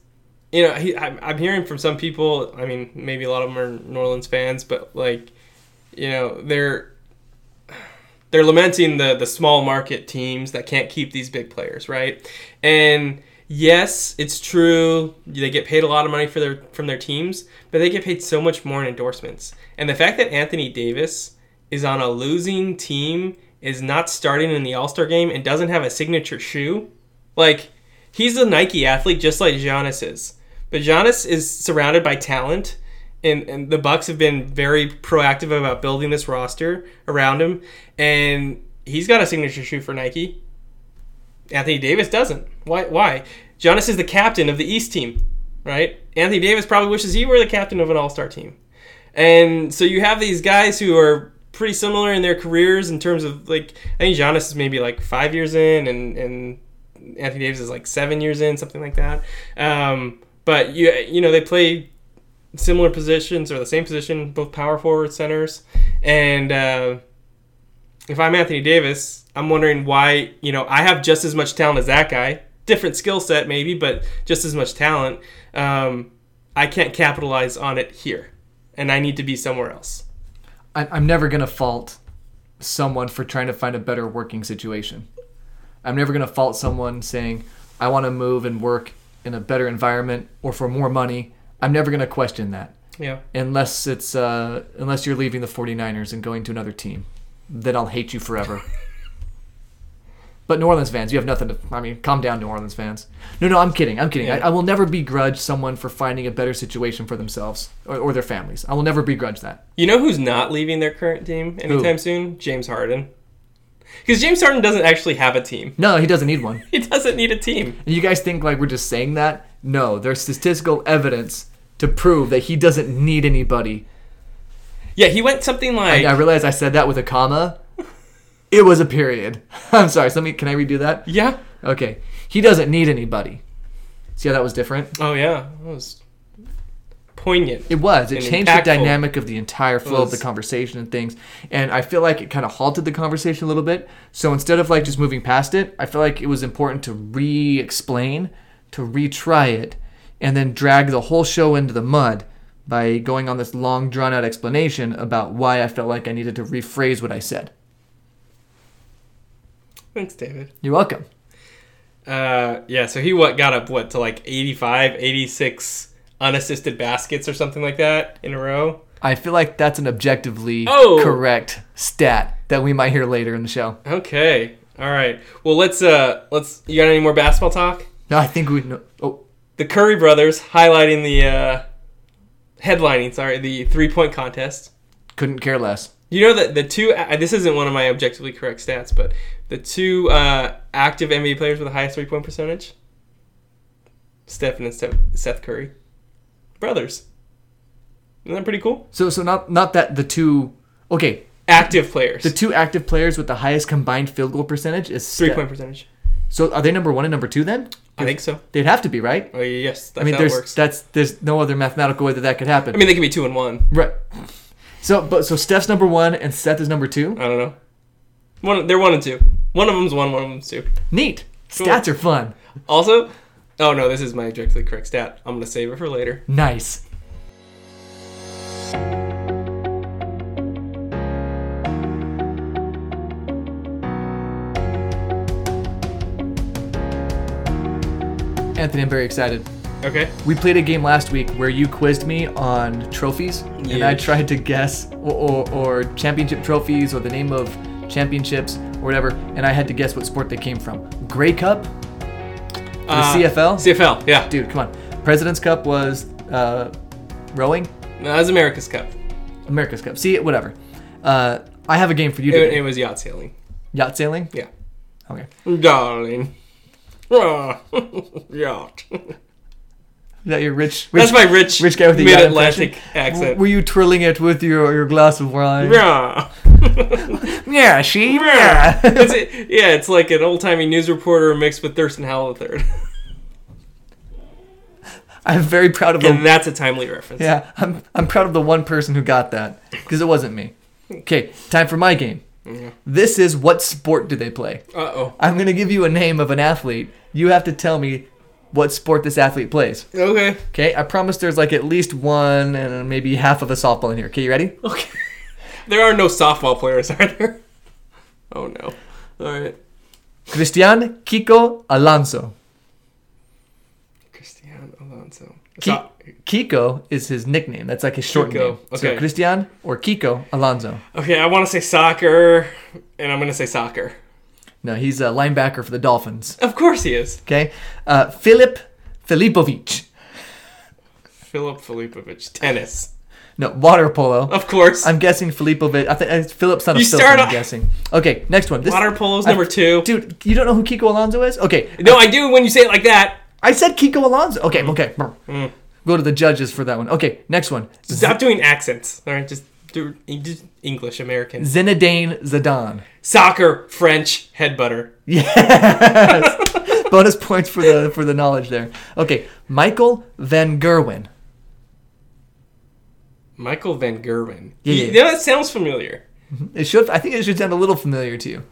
S1: you know, he, I'm, I'm hearing from some people. I mean, maybe a lot of them are New Orleans fans, but like, you know, they're they're lamenting the the small market teams that can't keep these big players, right? And yes, it's true they get paid a lot of money for their from their teams, but they get paid so much more in endorsements. And the fact that Anthony Davis is on a losing team is not starting in the All-Star game and doesn't have a signature shoe, like he's a Nike athlete just like Giannis is. But Giannis is surrounded by talent and, and the Bucks have been very proactive about building this roster around him, and he's got a signature shoe for Nike. Anthony Davis doesn't. Why? Why? Giannis is the captain of the East team, right? Anthony Davis probably wishes he were the captain of an All Star team, and so you have these guys who are pretty similar in their careers in terms of like I think Giannis is maybe like five years in, and and Anthony Davis is like seven years in, something like that. Um, but you you know they play similar positions or the same position, both power forward centers. And uh, if I'm Anthony Davis, I'm wondering why, you know, I have just as much talent as that guy. Different skill set, maybe, but just as much talent. Um, I can't capitalize on it here. And I need to be somewhere else.
S2: I, I'm never gonna fault someone for trying to find a better working situation. I'm never gonna fault someone saying I want to move and work in a better environment or for more money. I'm never gonna question that.
S1: Yeah.
S2: unless it's uh, unless you're leaving the 49ers and going to another team then i'll hate you forever but new orleans fans you have nothing to i mean calm down new orleans fans no no i'm kidding i'm kidding
S1: Yeah.
S2: I, I will never begrudge someone for finding a better situation for themselves or, or their families i will never begrudge that
S1: You know who's not leaving their current team anytime soon? James Harden. Because James Harden doesn't actually have a team.
S2: no he doesn't need one
S1: He doesn't need a team.
S2: and you guys think like we're just saying that no there's statistical evidence to prove that he doesn't need anybody
S1: Yeah, he went something like
S2: I, I realize i said that with a comma it was a period i'm sorry so let me can i redo that
S1: yeah.
S2: Okay. He doesn't need anybody. See how that was different?
S1: Oh yeah, that was poignant.
S2: It was. It
S1: And
S2: changed
S1: impactful.
S2: the dynamic of the entire flow of the
S1: was.
S2: conversation and things. And I feel like it kind of halted the conversation a little bit. So instead of like just moving past it, I feel like it was important to re explain, to retry it, and then drag the whole show into the mud by going on this long drawn out explanation about why I felt like I needed to rephrase what I said.
S1: Thanks, David.
S2: You're welcome.
S1: Uh, yeah, so he what got up what to like 85, 86 unassisted baskets or something like that in a row.
S2: I feel like that's an objectively
S1: Oh.
S2: correct stat that we might hear later in the show.
S1: Okay. All right. Well, let's uh let's you got any more basketball talk?
S2: No, I think we know. Oh,
S1: The Curry brothers highlighting the uh headlining, sorry, the three-point contest.
S2: couldn't care less.
S1: You know that the two uh, this isn't one of my objectively correct stats, but the two uh active NBA players with the highest three-point percentage Stephen and Steph, Seth Curry. Brothers. Isn't that pretty cool?
S2: So, so not not that the two. Okay,
S1: Active players.
S2: the two active players with the highest combined field goal percentage is Steph.
S1: Three point percentage.
S2: So, are they number one and number two then?
S1: I think so.
S2: They'd have to be, right?
S1: Oh yes, that's
S2: I mean,
S1: how it
S2: there's
S1: works.
S2: that's there's no other mathematical way that that could happen.
S1: I mean, they could be two and one.
S2: right. So, but so Steph's number one and Seth is number two.
S1: I don't know. One, they're one and two. One of them's one. One of them's two.
S2: Neat.
S1: Cool.
S2: Stats are fun.
S1: Also, oh no, this is my objectively correct stat. I'm gonna save it for later.
S2: Nice. Anthony, I'm very excited.
S1: Okay.
S2: We played a game last week where you quizzed me on trophies, and I
S1: Yes.
S2: tried to guess or, or, or championship trophies or the name of championships or whatever, and I had to guess what sport they came from. Grey Cup,
S1: The
S2: CFL?
S1: CFL. Yeah.
S2: dude, come on. President's Cup was uh, rowing.
S1: No, that's America's Cup.
S2: America's Cup. See, whatever. Uh, I have a game for you
S1: It,
S2: today.
S1: it was yacht sailing.
S2: Yacht sailing?
S1: Yeah.
S2: Okay.
S1: Darling. Ah, yacht.
S2: Is that your rich, rich,
S1: That's my rich,
S2: rich guy with the yacht
S1: mid-Atlantic
S2: impression? W-
S1: accent.
S2: Were you twirling it with your, your glass of wine?
S1: Yeah.
S2: Yeah, she.
S1: yeah.
S2: Yeah.
S1: it's like an old-timey news reporter mixed with Thurston Howell III.
S2: I'm very proud of the
S1: And that's a timely reference.
S2: Oh. Yeah, I'm, I'm proud of the one person who got that because it wasn't me. Okay, time for my game. This is what sport do they play?
S1: Uh oh.
S2: I'm going to give you a name of an athlete. You have to tell me what sport this athlete plays.
S1: Okay.
S2: Okay, I promise there's like at least one and maybe half of a softball in here. Okay, you ready?
S1: Okay. there are no softball players, are there? Oh no. All right.
S2: Cristian Kiko Alonso.
S1: Cristiano Alonso.
S2: Ki-
S1: So-
S2: Kiko is his nickname. That's like his short
S1: Kiko,
S2: name. So
S1: okay.
S2: Cristian or Kiko Alonso.
S1: okay, I want to say soccer, and I'm gonna say soccer.
S2: No, he's a linebacker for the Dolphins.
S1: Of course he is.
S2: Okay, uh, Filip Filipovic.
S1: Philip Filipovic, tennis.
S2: No, water polo.
S1: Of course.
S2: I'm guessing Filipovic. I uh, think it's Philip's son of
S1: Oh. You
S2: Philip.
S1: start
S2: I'm
S1: off-
S2: guessing. Okay, next one. This,
S1: Water polo's
S2: I-
S1: number two.
S2: Dude, you don't know who Kiko Alonso is? Okay,
S1: no, I do when you say it like that.
S2: I said Kiko Alonso. Okay,
S1: Mm.
S2: okay. Go to the judges for that one. Okay, next one. Z-
S1: Stop doing accents. All right, just do just English, American.
S2: Zinedine Zidane.
S1: Soccer, French, head butter.
S2: Yes. Bonus points for the for the knowledge there. Okay, Michael Van Gerwen.
S1: Michael Van Gerwen.
S2: Yeah, yeah,
S1: You know, that sounds familiar.
S2: It should. I think it should sound a little familiar to you.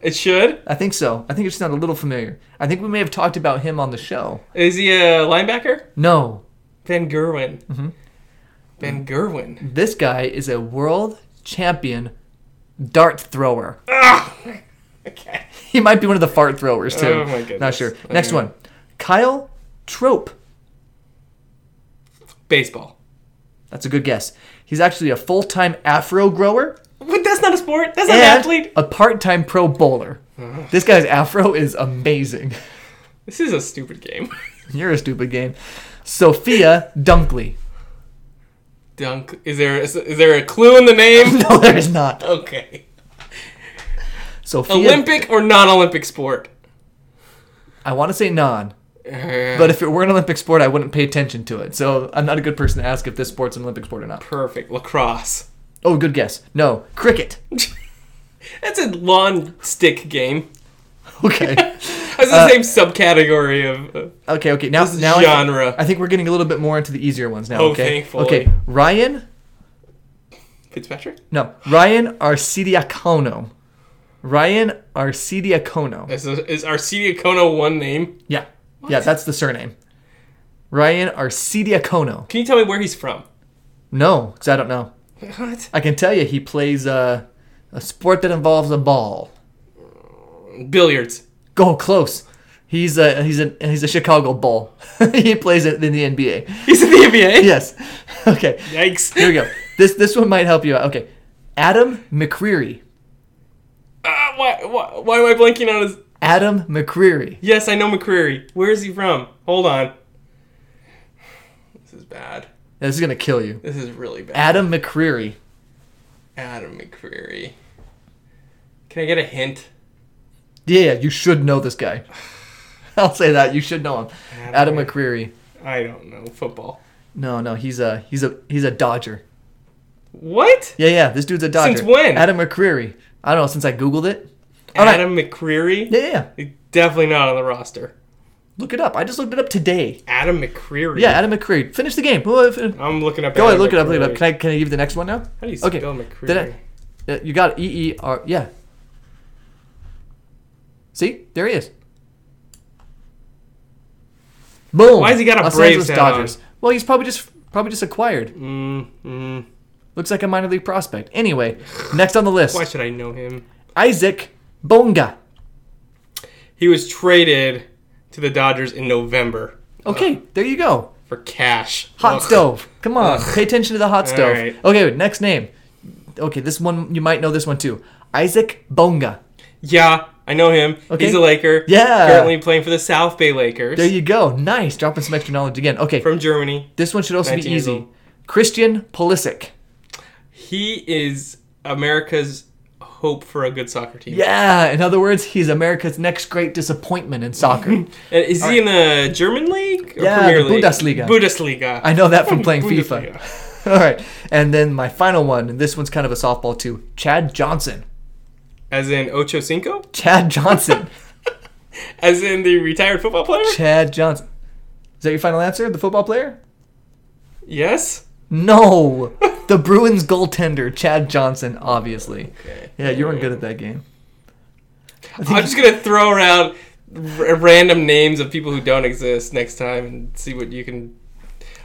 S1: It should.
S2: I think so. I think it should sound a little familiar. I think we may have talked about him on the show.
S1: Is he a linebacker?
S2: No,
S1: Van Gerwen.
S2: Mm-hmm.
S1: Van Gerwen.
S2: this guy is a world champion dart thrower.
S1: Okay.
S2: He might be one of the fart throwers too.
S1: Oh my goodness.
S2: Not sure. Next
S1: Okay.
S2: one, Kyle Trope.
S1: Baseball.
S2: That's a good guess. He's actually a full time afro grower
S1: Wait, that's not a sport. That's not an
S2: and
S1: athlete.
S2: a part time pro bowler. This guy's afro is amazing.
S1: This is a stupid game.
S2: You're a stupid game. Sophia Dunkley.
S1: Dunk. Is there is, there a clue in the name?
S2: No, there is not.
S1: Okay.
S2: Sophia.
S1: Olympic or non-Olympic sport?
S2: I want to say non,
S1: Uh,
S2: but if it were an Olympic sport, I wouldn't pay attention to it. So I'm not a good person to ask if this sport's an Olympic sport or not.
S1: perfect lacrosse.
S2: Oh, good guess. No, cricket.
S1: That's a lawn stick game.
S2: Okay.
S1: That's the same subcategory of. Uh,
S2: Okay, okay. Now,
S1: is
S2: Uh, now I-
S1: genre.
S2: I, think we're getting a little bit more into the easier ones now.
S1: Oh,
S2: okay.
S1: thankfully.
S2: Okay. Ryan.
S1: Fitzpatrick.
S2: No, Ryan Arcidiacono. Ryan Arcidiacono.
S1: Is is Arcedia Kono one name?
S2: Yeah. Yeah, that's the surname. Ryan Arcidiacono.
S1: Can you tell me where he's from?
S2: No, because I don't know.
S1: What?
S2: I can tell you he plays uh, a sport that involves a ball.
S1: Billiards.
S2: Go close. He's a he's a he's a Chicago Bull. he plays it in the NBA.
S1: He's in the NBA.
S2: Yes. Okay.
S1: Yikes.
S2: Here we go. This this one might help you out. Okay. Adam McCreary.
S1: Ah, why, why, why am I blanking on his?
S2: Adam McCreary.
S1: Yes, I know McCreary. Where is he from? Hold on. This is bad.
S2: This is gonna kill you.
S1: This is really bad.
S2: Adam McCreary.
S1: Adam McCreary. Can I get a hint?
S2: Yeah, you should know this guy. I'll say that you should know him. Adam McCreary.
S1: I don't know football.
S2: No, no, he's a he's a he's a Dodger.
S1: What?
S2: Yeah, yeah, this dude's a Dodger.
S1: Since when?
S2: Adam McCreary. I don't know. Since I googled it. All right.
S1: Adam McCreary?
S2: Yeah, yeah, yeah.
S1: He's Definitely not on the roster.
S2: Look it up. I just looked it up today.
S1: Adam McCreary.
S2: Yeah, Adam McCreary. Finish the game. Go ahead,
S1: I'm looking up. Adam
S2: look it up. Look it up.
S1: McCreary.
S2: Can I can I give you the next one now?
S1: How do you
S2: Okay.
S1: spell
S2: Did I-
S1: McCreary?
S2: Yeah, You got E E R. Yeah. See, there he is. Boom.
S1: Why has he got a
S2: Los
S1: Braves
S2: Angeles
S1: hat
S2: Dodgers? Well, he's probably just probably just acquired.
S1: Mm, mm.
S2: Looks like a minor league prospect. Anyway, next on the list,
S1: Why should I know him?
S2: Isaac Bonga.
S1: He was traded to the Dodgers in November
S2: Okay, there you go.
S1: for cash.
S2: Hot
S1: Ugh.
S2: stove. Come on, pay attention to the hot stove.
S1: right.
S2: Okay, next name. Okay, this one you might know this one too. Isaac Bonga.
S1: Yeah, I know him.
S2: Okay.
S1: He's a Laker.
S2: Yeah.
S1: Currently playing for the South Bay Lakers
S2: There you go. Nice, dropping some extra knowledge again. Okay,
S1: from Germany.
S2: this one should also be
S1: 19 years
S2: easy.
S1: old.
S2: Christian Pulisic.
S1: He is America's hope for a good soccer team.
S2: Yeah, in other words, he's America's next great disappointment in soccer.
S1: And is he in the German league or
S2: Yeah,
S1: Premier
S2: the
S1: League?
S2: Bundesliga.
S1: Bundesliga.
S2: I know that from playing
S1: Bundesliga.
S2: FIFA. All right, and then my final one, and this one's kind of a softball too. Chad Johnson.
S1: As in Ocho Cinco?
S2: Chad Johnson.
S1: As in the retired football player?
S2: Chad Johnson. Is that your final answer? The football player?
S1: Yes.
S2: No. The Bruins goaltender, Chad Johnson, obviously. Yeah, you weren't good at that game.
S1: I'm just gonna throw around r- random names of people who don't exist next time and see what you can.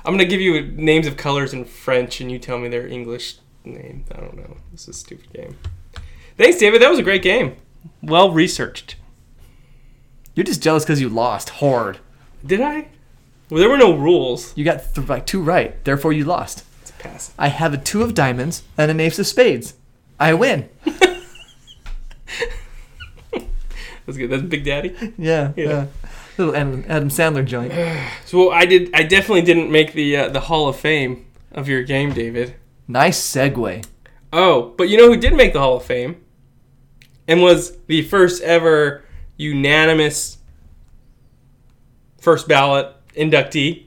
S1: I'm gonna give you names of colors in French, and you tell me their English name. I don't know. This is a stupid game. Thanks, David. That was a great game. Well researched.
S2: You're just jealous because you lost hard.
S1: Did I? Well, there were no rules.
S2: You got th- like two right, therefore you lost.
S1: It's pass.
S2: I have a two of diamonds and an ace of spades. I win.
S1: That's good. That's Big Daddy.
S2: Yeah,
S1: Yeah.
S2: yeah. Little Adam, Adam Sandler joint.
S1: So I did. I definitely didn't make the uh, the Hall of Fame of your game, David.
S2: Nice segue.
S1: Oh, but you know who did make the Hall of Fame? And was the first ever unanimous first ballot inductee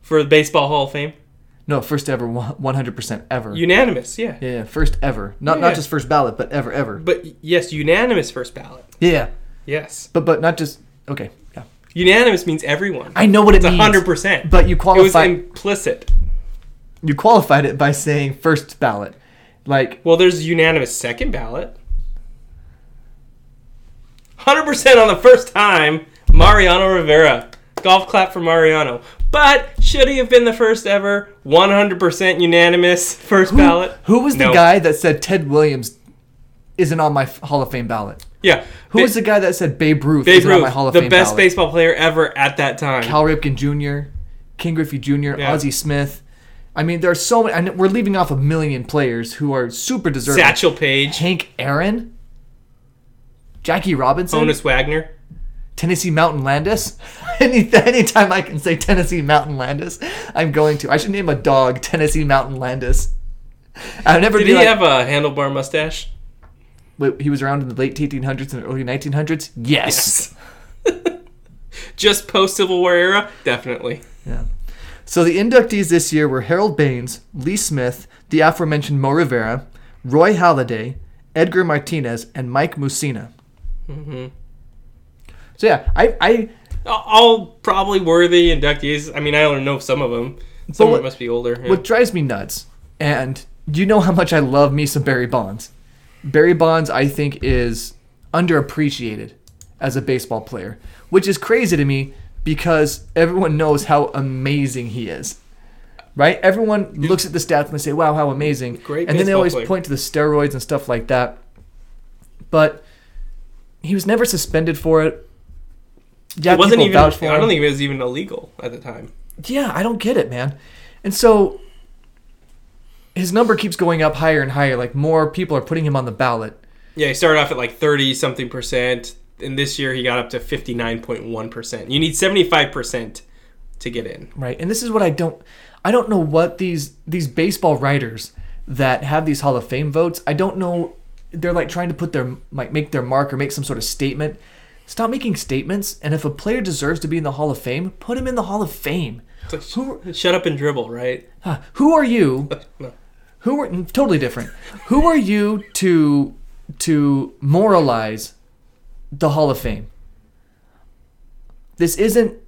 S1: for the Baseball Hall of Fame?
S2: No, first ever, one- 100% ever.
S1: Unanimous, yeah.
S2: yeah, first ever. Not
S1: Yeah.
S2: not just first ballot, but ever ever.
S1: But y- yes, unanimous first ballot.
S2: Yeah,
S1: Yes.
S2: but but not just okay. Yeah,
S1: Unanimous means everyone.
S2: I know what it
S1: it's
S2: means.
S1: 100%.
S2: But you
S1: it was
S2: qualified.
S1: implicit.
S2: you qualified it by saying first ballot. Like
S1: Well, there's unanimous second ballot. 100% on the first time, Mariano Rivera. Golf clap for Mariano. But should he have been the first ever 100% unanimous first ballot?
S2: who was the
S1: No.
S2: guy that said Ted Williams isn't on my f- Hall of Fame ballot?
S1: Yeah.
S2: Who
S1: Ba-
S2: was the guy that said Babe Ruth
S1: Babe
S2: isn't on my
S1: Ruth,
S2: Hall of
S1: the
S2: Fame
S1: best
S2: ballot?
S1: baseball player ever at that time.
S2: Cal Ripken Jr., King Griffey Jr.,
S1: Yeah.
S2: Ozzie Smith. I mean, there are so many, and we're leaving off a million players who are super deserving.
S1: Satchel Paige,
S2: Hank Aaron, Jackie Robinson,
S1: Bonus Wagner.
S2: Tennessee Mountain Landis. Any anytime I can say Tennessee Mountain Landis, I'm going to. I should name a dog Tennessee Mountain Landis. I've never
S1: Did
S2: been
S1: he
S2: like,
S1: have a handlebar mustache?
S2: wait, he was around in the late 1800s and early 1900s. Yes.
S1: Just post Civil War era? Definitely.
S2: Yeah. So the inductees this year were Harold Baines, Lee Smith, the aforementioned Mo Rivera, Roy Halladay, Edgar Martinez, and Mike Musina.
S1: Mm-hmm.
S2: So yeah, I, I
S1: All probably worthy inductees. I mean, I don't know some of them. Some of
S2: what-
S1: them must be older. yeah.
S2: What drives me nuts, and you know how much I love me some Barry Bonds. Barry Bonds, I think, is underappreciated as a baseball player, which is crazy to me because everyone knows how amazing he is. Right? Everyone looks at the stats and they say, wow, how amazing.
S1: Great
S2: and then they
S1: baseball
S2: always
S1: player.
S2: point to the steroids and stuff like that. But he was never suspended for it. Yeah,
S1: it wasn't
S2: people
S1: even.
S2: vouch for
S1: I
S2: him.
S1: don't think it was even illegal at the time.
S2: Yeah, I don't get it, man. And so his number keeps going up higher and higher. Like more people are putting him on the ballot.
S1: Yeah, he started off at like thirty something percent, and this year he got up to fifty nine point one percent. You need seventy five percent to get in.
S2: right and this is what i don't i don't know what these these baseball writers that have these hall of fame votes i don't know they're like trying to put their like make their mark or make some sort of statement stop making statements and if a player deserves to be in the hall of fame put him in the hall of fame who,
S1: Shut up and dribble, right?
S2: huh, who are you
S1: No.
S2: who are totally different who are you to to moralize the hall of fame this isn't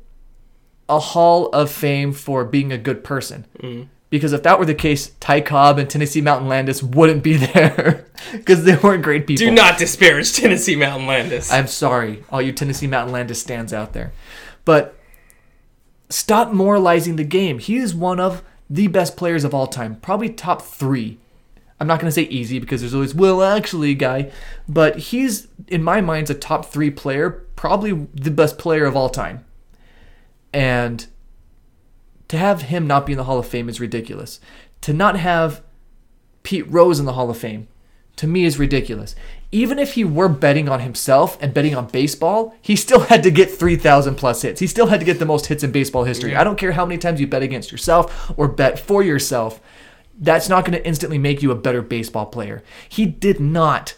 S2: a hall of fame for being a good person because if that were the case ty cobb and tennessee mountain landis wouldn't be there because they weren't great people
S1: Do not disparage Tennessee Mountain Landis.
S2: I'm sorry, all you Tennessee Mountain Landis stands out there. But stop moralizing the game. He is one of the best players of all time, probably top three. I'm not going to say easy because there's always, well, actually, guy, but he's, in my mind, a top three player, probably the best player of all time. And to have him not be in the Hall of Fame is ridiculous. To not have Pete Rose in the Hall of Fame to me is ridiculous. Even if he were betting on himself and betting on baseball, he still had to get 3,000 plus hits. He still had to get the most hits in baseball history. I don't care how many times you bet against yourself or bet for yourself. That's not going to instantly make you a better baseball player. He did not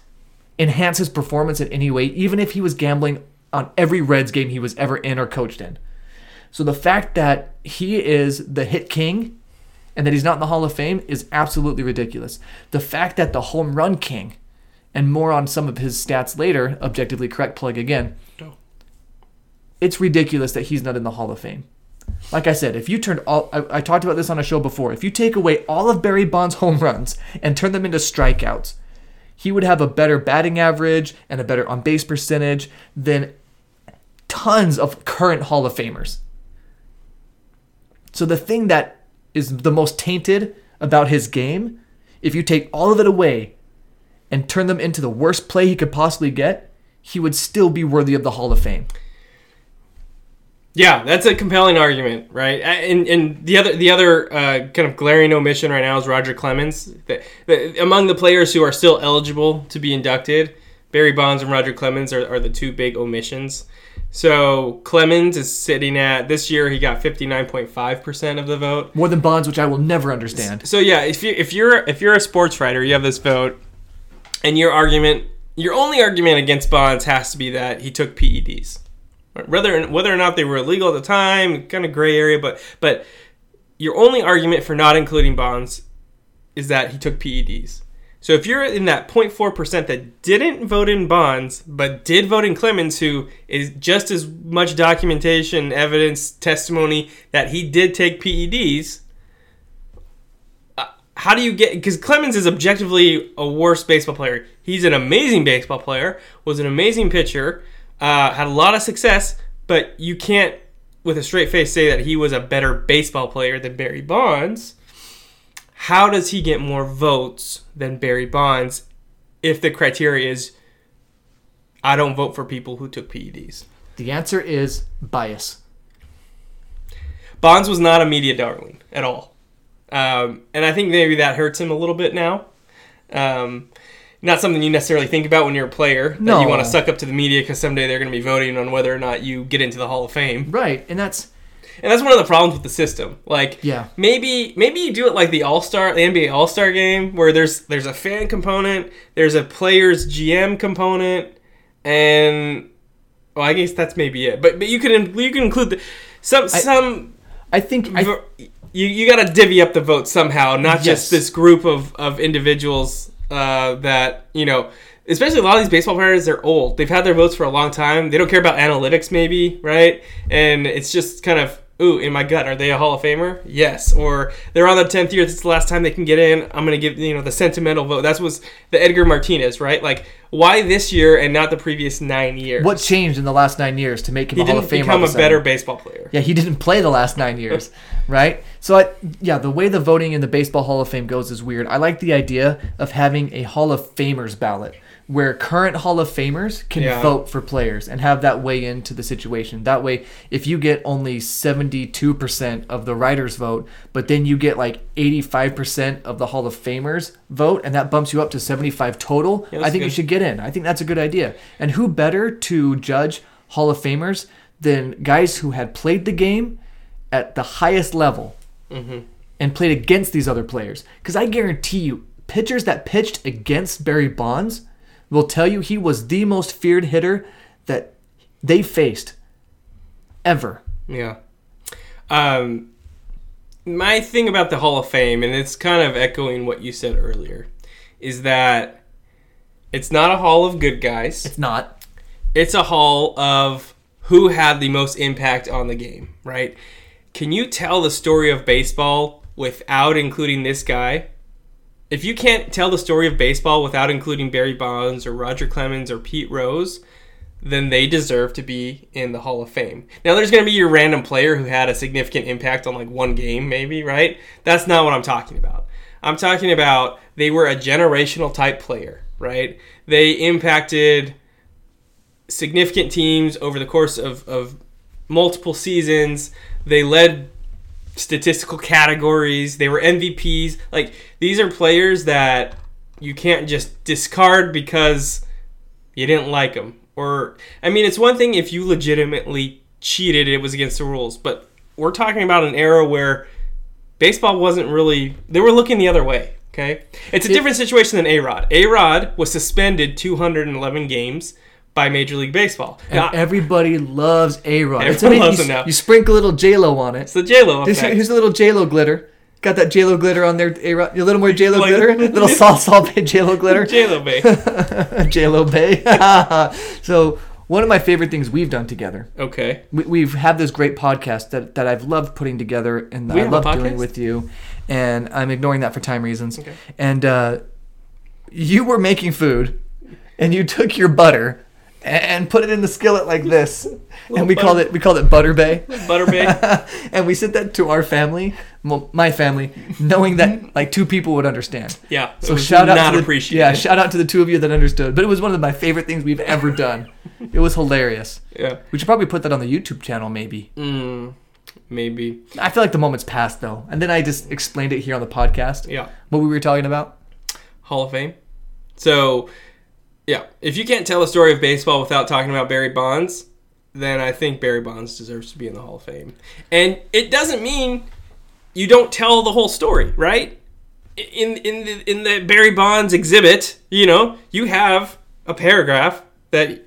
S2: enhance his performance in any way, even if he was gambling on every Reds game he was ever in or coached in. So the fact that he is the hit king and that he's not in the Hall of Fame is absolutely ridiculous. The fact that the home run king, and more on some of his stats later, objectively correct plug again,
S1: No.
S2: it's ridiculous that he's not in the Hall of Fame. Like I said, if you turned all, I, I talked about this on a show before, if you take away all of Barry Bonds' home runs and turn them into strikeouts, he would have a better batting average and a better on base percentage than tons of current Hall of Famers. So the thing that is the most tainted about his game, if you take all of it away and turn them into the worst play he could possibly get, he would still be worthy of the Hall of Fame.
S1: Yeah, that's a compelling argument, right? A- And and the other the other uh, kind of glaring omission right now is Roger Clemens. The, the, among the players who are still eligible to be inducted, Barry Bonds and Roger Clemens are, are the two big omissions. So Clemens is sitting at this year he got fifty nine point five percent of the vote.
S2: More than Bonds, which I will never understand.
S1: So yeah, if you if you're if you're a sports writer, you have this vote, and your argument, your only argument against Bonds has to be that he took PEDs, whether whether or not they were illegal at the time, kind of gray area, but but your only argument for not including Bonds is that he took PEDs. So if you're in that 0.4% that didn't vote in Bonds but did vote in Clemens, who is just as much documentation, evidence, testimony that he did take E PEDs how do you get because clemens is objectively a worse baseball player he's an amazing baseball player was an amazing pitcher uh, had a lot of success but you can't with a straight face say that he was a better baseball player than barry bonds how does he get more votes than barry bonds if the criteria is i don't vote for people who took E ped's
S2: The answer is bias.
S1: bonds was not a media darling at all Um, and I think maybe that hurts him a little bit now. Um, not something you necessarily think about when you're a player. that
S2: No.
S1: you want to suck up to the media because someday they're going to be voting on whether or not you get into the Hall of Fame.
S2: Right, and that's
S1: And that's one of the problems with the system. Like,
S2: Yeah.
S1: maybe maybe you do it like the All Star, the NBA All Star game, where there's there's a fan component, there's a player's GM component, and well, I guess that's maybe it. But but you can in- you can include the, some some
S2: I think I,
S1: vo- you you got to divvy up the vote somehow, not
S2: Yes.
S1: just this group of of individuals uh, that you know. Especially a lot of these baseball players, they're old. They've had their votes for a long time. They don't care about analytics, maybe right? And it's just kind of ooh in my gut. Are they a Hall of Famer? Yes. Or they're on the tenth year. This is the last time they can get in. I'm gonna give you know the sentimental vote. That was the Edgar Martinez, right? Like why this year and not the previous nine years?
S2: what changed in the last nine years to make him
S1: he
S2: a Hall
S1: didn't
S2: of Famer? all
S1: become
S2: of
S1: a
S2: sudden?
S1: better baseball player.
S2: Yeah, he didn't play the last nine years, right? So, I, yeah, the way the voting in the Baseball Hall of Fame goes is weird. I like the idea of having a Hall of Famers ballot where current Hall of Famers can
S1: Yeah.
S2: vote for players and have that weigh into the situation. That way, if you get only 72% of the writers' vote, but then you get like 85% of the Hall of Famers vote, and that bumps you up to 75 total,
S1: Yeah,
S2: I
S1: that's
S2: think you
S1: good.
S2: should get in. I think that's a good idea. And who better to judge Hall of Famers than guys who had played the game at the highest level
S1: Mm-hmm.
S2: and played against these other players? Because I guarantee you, pitchers that pitched against Barry Bonds will tell you he was the most feared hitter that they faced ever.
S1: Yeah. Um, my thing about the Hall of Fame, and it's kind of echoing what you said earlier, is that it's not a hall of good guys.
S2: It's not.
S1: It's a hall of who had the most impact on the game, right? Can you tell the story of baseball without including this guy? If you can't tell the story of baseball without including Barry Bonds or Roger Clemens or Pete Rose, then they deserve to be in the Hall of Fame. Now, there's going to be your random player who had a significant impact on like one game, maybe, right? That's not what I'm talking about. I'm talking about they were a generational type player, right? They impacted significant teams over the course of, of multiple seasons. They led statistical categories. They were MVPs. Like, these are players that you can't just discard because you didn't like them or i mean it's one thing if you legitimately cheated it was against the rules but we're talking about an era where baseball wasn't really they were looking the other way okay it's a different situation than a-rod a-rod was suspended 211 games by major league baseball now,
S2: And everybody loves A Rod.
S1: Everyone loves
S2: you,
S1: him now.
S2: you sprinkle a little J Lo on it.
S1: it's the j-lo
S2: This,
S1: effect.
S2: here's a little J Lo glitter. Got that J Lo glitter on there. A Rod. A little more J Lo
S1: Like-
S2: glitter. little salt, salt J Lo glitter.
S1: j-lo babe
S2: J Lo Bay. so one of my favorite things we've done together.
S1: okay
S2: We, we've had this great podcast that, that I've loved putting together and that
S1: We
S2: I
S1: have a
S2: love doing
S1: podcast?
S2: with you, and I'm ignoring that for time reasons. And uh, you were making food, and you took your butter a- and put it in the skillet like this, and we
S1: butter-
S2: called it we called it butter bay.
S1: butter babe
S2: and we sent that to our family, well, my family, knowing that like two people would understand.
S1: yeah it
S2: So
S1: was
S2: shout out
S1: not
S2: to the,
S1: appreciated
S2: Yeah, shout out to the two of you that understood. But it was one of my favorite things we've ever done. it was hilarious.
S1: yeah
S2: We should probably put that on the YouTube channel, maybe.
S1: mm, maybe
S2: I feel like the moment's passed though, and then I just explained it here on the podcast.
S1: yeah
S2: What we were talking about.
S1: Hall of Fame. So, yeah, if you can't tell the story of baseball without talking about Barry Bonds, then I think Barry Bonds deserves to be in the Hall of Fame. And it doesn't mean you don't tell the whole story, right? In in the in the Barry Bonds exhibit, you know, you have a paragraph that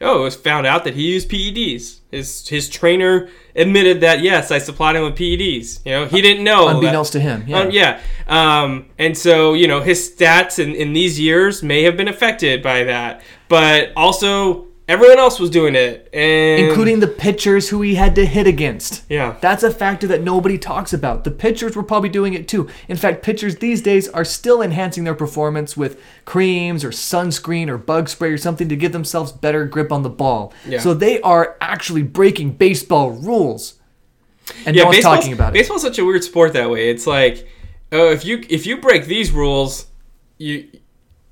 S1: oh, it was found out that he used PEDs. His his trainer admitted that yes, I supplied him with PEDs. You know, he didn't know. Oh, that-
S2: Unbeknownst to him. Yeah.
S1: um, yeah. Um, and so, you know, his stats in, in these years may have been affected by that. But also, everyone else was doing it. And,
S2: Including the pitchers who he had to hit against.
S1: Yeah.
S2: That's a factor that nobody talks about. The pitchers were probably doing it too. In fact, pitchers these days are still enhancing their performance with creams or sunscreen or bug spray or something to give themselves better grip on the ball.
S1: Yeah.
S2: So they are actually breaking baseball rules. And
S1: yeah,
S2: no one's
S1: baseball's,
S2: talking about it.
S1: baseball's such a weird sport that way. It's like, oh, if you if you break these rules, you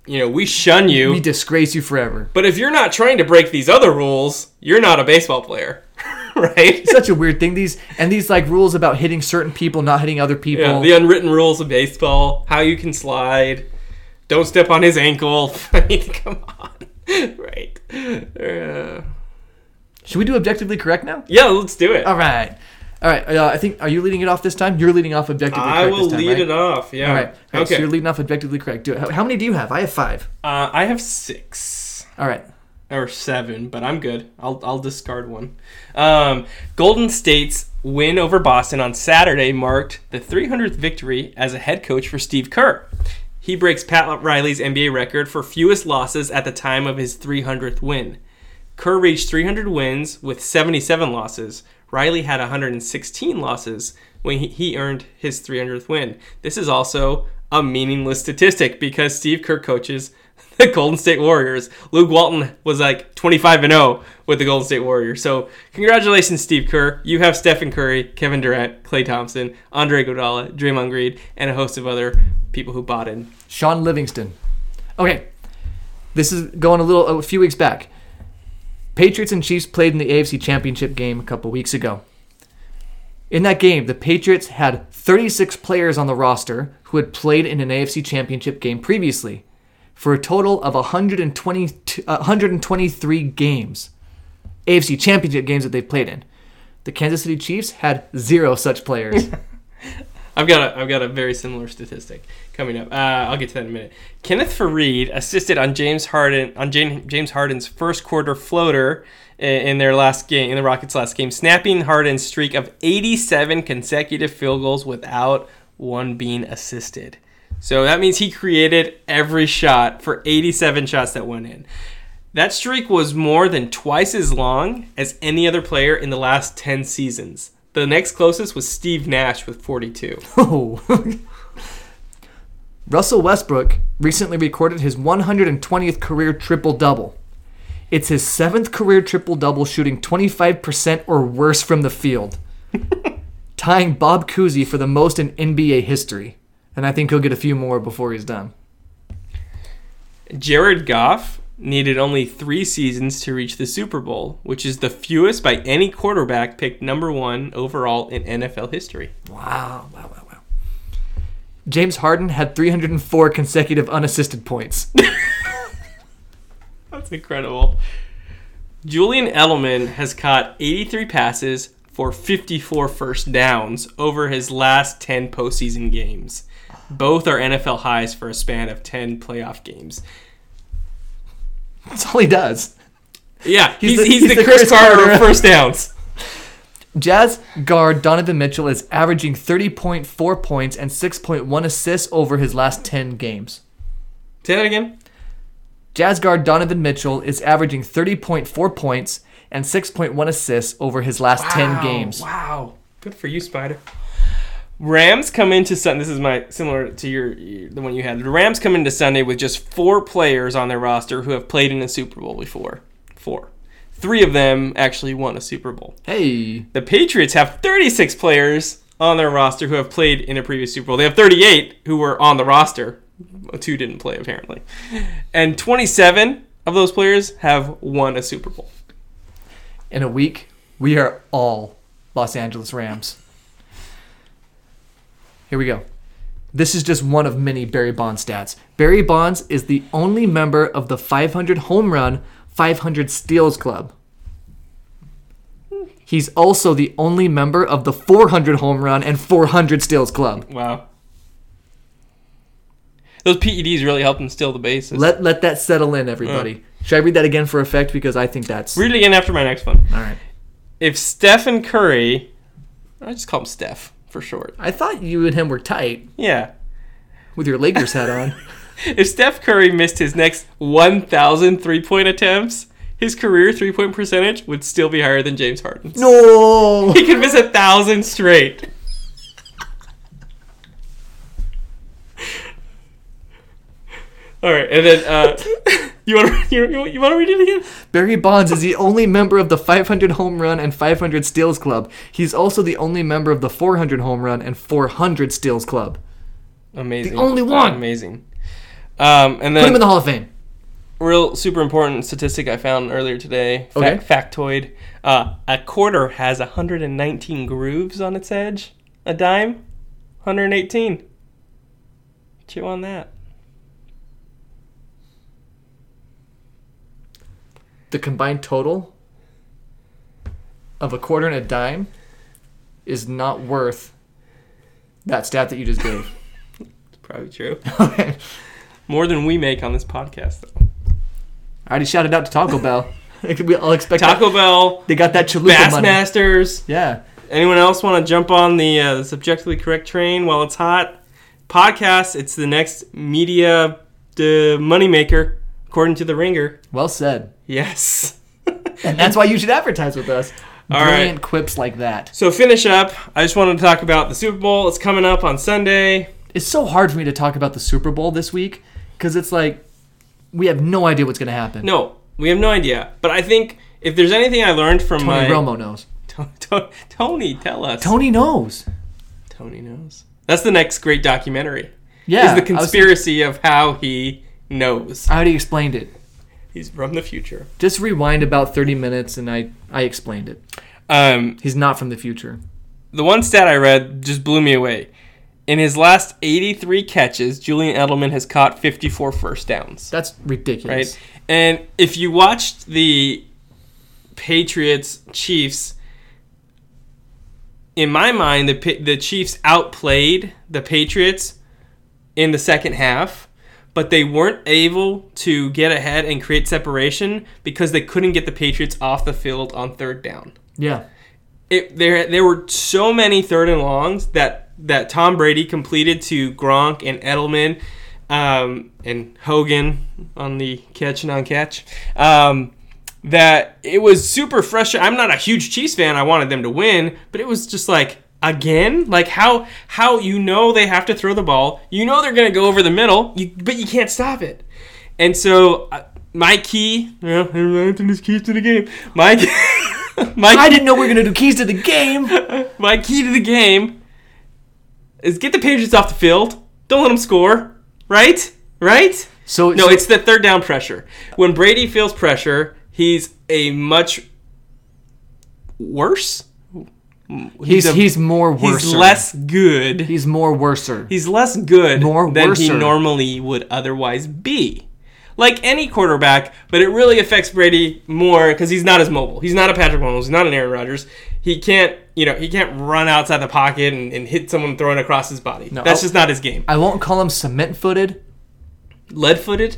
S1: you know, we shun you.
S2: We disgrace you forever.
S1: but if you're not trying to break these other rules, you're not a baseball player. right?
S2: Such a weird thing. These and these like rules about hitting certain people, not hitting other people.
S1: Yeah, the unwritten rules of baseball, how you can slide, don't step on his ankle. I mean, come on, right? Uh,
S2: Should we do objectively correct now?
S1: yeah, let's do it.
S2: All right, all right. Uh, I think are you leading it off this time? You're leading off objectively
S1: I
S2: correct
S1: will
S2: this time,
S1: lead
S2: right?
S1: it off. Yeah.
S2: All right. All right, So
S1: okay.
S2: you're leading off objectively correct. Do it. How, how many do you have? I have five.
S1: uh, I have six.
S2: All right.
S1: or seven, but I'm good. I'll I'll discard one. Um, Golden State's win over Boston on Saturday marked the 300th victory as a head coach for Steve Kerr. He breaks Pat Riley's NBA record for fewest losses at the time of his 300th win. Kerr reached 300 wins with 77 losses. Riley had 116 losses when he, he earned his 300th win. This is also a meaningless statistic because Steve Kerr coaches the Golden State Warriors. Luke Walton was like 25 and 0 with the Golden State Warriors. So, congratulations, Steve Kerr. You have Stephen Curry, Kevin Durant, Klay Thompson, Andre Godala, Draymond Green, and a host of other people who bought in.
S2: Sean Livingston. Okay, this is going a little a few weeks back. Patriots and Chiefs played in the AFC Championship game a couple weeks ago. In that game, the Patriots had 36 players on the roster who had played in an AFC Championship game previously, for a total of 120, uh, 123 games, AFC Championship games that they played in. The Kansas City Chiefs had zero such players.
S1: I've got a, I've got a very similar statistic coming up. Uh, I'll get to that in a minute. Kenneth Fareed assisted on James Harden on Jam- James Harden's first quarter floater i- in their last game in the Rockets' last game, snapping Harden's streak of 87 consecutive field goals without one being assisted. So that means he created every shot for 87 shots that went in. That streak was more than twice as long as any other player in the last 10 seasons. The next closest was Steve Nash with 42.
S2: Oh. Russell Westbrook recently recorded his 120th career triple double. It's his seventh career triple double, shooting 25% or worse from the field, tying Bob Cousy for the most in NBA history. And I think he'll get a few more before he's done.
S1: Jared Goff needed only three seasons to reach the Super Bowl, which is the fewest by any quarterback picked number one overall in NFL history.
S2: Wow, wow, wow, wow. James Harden had 304 consecutive unassisted points.
S1: That's incredible. Julian Edelman has caught 83 passes for 54 first downs over his last 10 postseason games. Both are NFL highs for a span of 10 playoff games.
S2: That's all he does.
S1: Yeah, he's,
S2: He's
S1: he's,
S2: the-
S1: the,
S2: he's the
S1: Chris,
S2: Chris
S1: Carter,
S2: Carter.
S1: of first downs.
S2: Jazz guard Donovan Mitchell is averaging 30.4 points and 6.1 assists over his last 10 games.
S1: Say that again.
S2: Jazz guard Donovan Mitchell is averaging 30.4 points and 6.1 assists over his last 10
S1: Wow,
S2: games.
S1: Wow. Good for you, Spider. Rams come into Sunday. This is my similar to your your- the one you had. The Rams come into Sunday with just four players on their roster who have played in a Super Bowl before. Four. Three of them actually won a Super Bowl.
S2: Hey,
S1: The Patriots have 36 players on their roster who have played in a previous Super Bowl. They have 38 who were on the roster. Two didn't play apparently, and 27 of those players have won a Super Bowl.
S2: in a week, we are all Los Angeles Rams. Here we go. This is just one of many Barry Bonds stats. Barry Bonds is the only member of the 500 home run, 500 steals club. He's also the only member of the 400 home run and 400 steals club.
S1: Wow. Those PEDs really helped him steal the bases.
S2: Let let that settle in, everybody. Should I read that again for effect because I think that's
S1: Read it again after my next one.
S2: all right.
S1: If Stephen Curry, I just call him Steph for short.
S2: I thought you and him were tight
S1: Yeah.
S2: with your Lakers hat on.
S1: If Steph Curry missed his next 1,000 three point attempts, his career three point percentage would still be higher than James Harden's.
S2: no.
S1: He could miss a thousand straight. All right, and then uh, you want to you, you want to read it again?
S2: Barry Bonds is the only member of the 500 home run and 500 steals club. He's also the only member of the 400 home run and 400 steals club.
S1: Amazing.
S2: The only one.
S1: Amazing. Um, and
S2: Put him
S1: then
S2: in the Hall of Fame.
S1: real super important statistic I found earlier today. Fac-
S2: Okay.
S1: Factoid: uh, a quarter has 119 grooves on its edge. A dime, 118. Chew on that.
S2: The combined total of a quarter and a dime is not worth that stat that you just gave.
S1: It's probably true.
S2: I
S1: More than we make on this podcast. Though.
S2: already shouted out to Taco Bell. We all expect that-
S1: Taco Bell,
S2: they got that chalupa money.
S1: Bassmasters.
S2: Yeah.
S1: Anyone else want to jump on the uh, subjectively correct train while it's hot? Podcast. It's the next media uh, moneymaker, according to the Ringer.
S2: Well said.
S1: Yes.
S2: And that's why you should advertise with us.
S1: All right.
S2: Brilliant quips like that.
S1: So finish up. I just wanted to talk about the Super Bowl. It's coming up on Sunday.
S2: It's so hard for me to talk about the Super Bowl this week because it's like we have no idea what's going to happen.
S1: No, we have no idea. But I think if there's anything I learned from my
S2: Tony Romo knows.
S1: To- to- Tony, tell us.
S2: Tony knows.
S1: Tony knows. That's the next great documentary.
S2: Yeah.
S1: is the
S2: I was-
S1: conspiracy of how he knows.
S2: I already explained it.
S1: He's from the future.
S2: Just rewind about 30 minutes and I, I explained it.
S1: Um,
S2: He's not from the future.
S1: The one stat I read just blew me away. In his last 83 catches, Julian Edelman has caught 54 first downs.
S2: That's ridiculous.
S1: Right? And if you watched the Patriots Chiefs, in my mind, the, Pa- the Chiefs outplayed the Patriots in the second half, but they weren't able to get ahead and create separation because they couldn't get the Patriots off the field on third down
S2: Yeah.
S1: it there there were so many third and longs that that Tom Brady completed to Gronk and Edelman um, and Hogan on the catch and on catch um, that it was super frustrating. I'm not a huge Chiefs fan. I wanted them to win, but it was just like again like how how you know they have to throw the ball you know they're going to go over the middle you, but you can't stop it and so uh, my key yeah, Anthony's keys to the game my my
S2: I didn't know we were going to do keys to the game.
S1: my key to the game is get the Patriots off the field. Don't let them score. Right? Right?
S2: So
S1: No,
S2: so-
S1: it's the third down pressure. When Brady feels pressure, he's a much worse.
S2: he's
S1: a-
S2: he's more worse.
S1: He's less good.
S2: He's more worser.
S1: He's less good
S2: Nor
S1: than he
S2: worser.
S1: normally would otherwise be. Like any quarterback, but it really affects Brady more because he's not as mobile. He's not a Patrick Mahomes. He's not an Aaron Rodgers. He can't, you know, he can't run outside the pocket and, and hit someone throwing across his body. That's
S2: I-
S1: just not his game.
S2: I won't call him cement footed.
S1: Lead footed,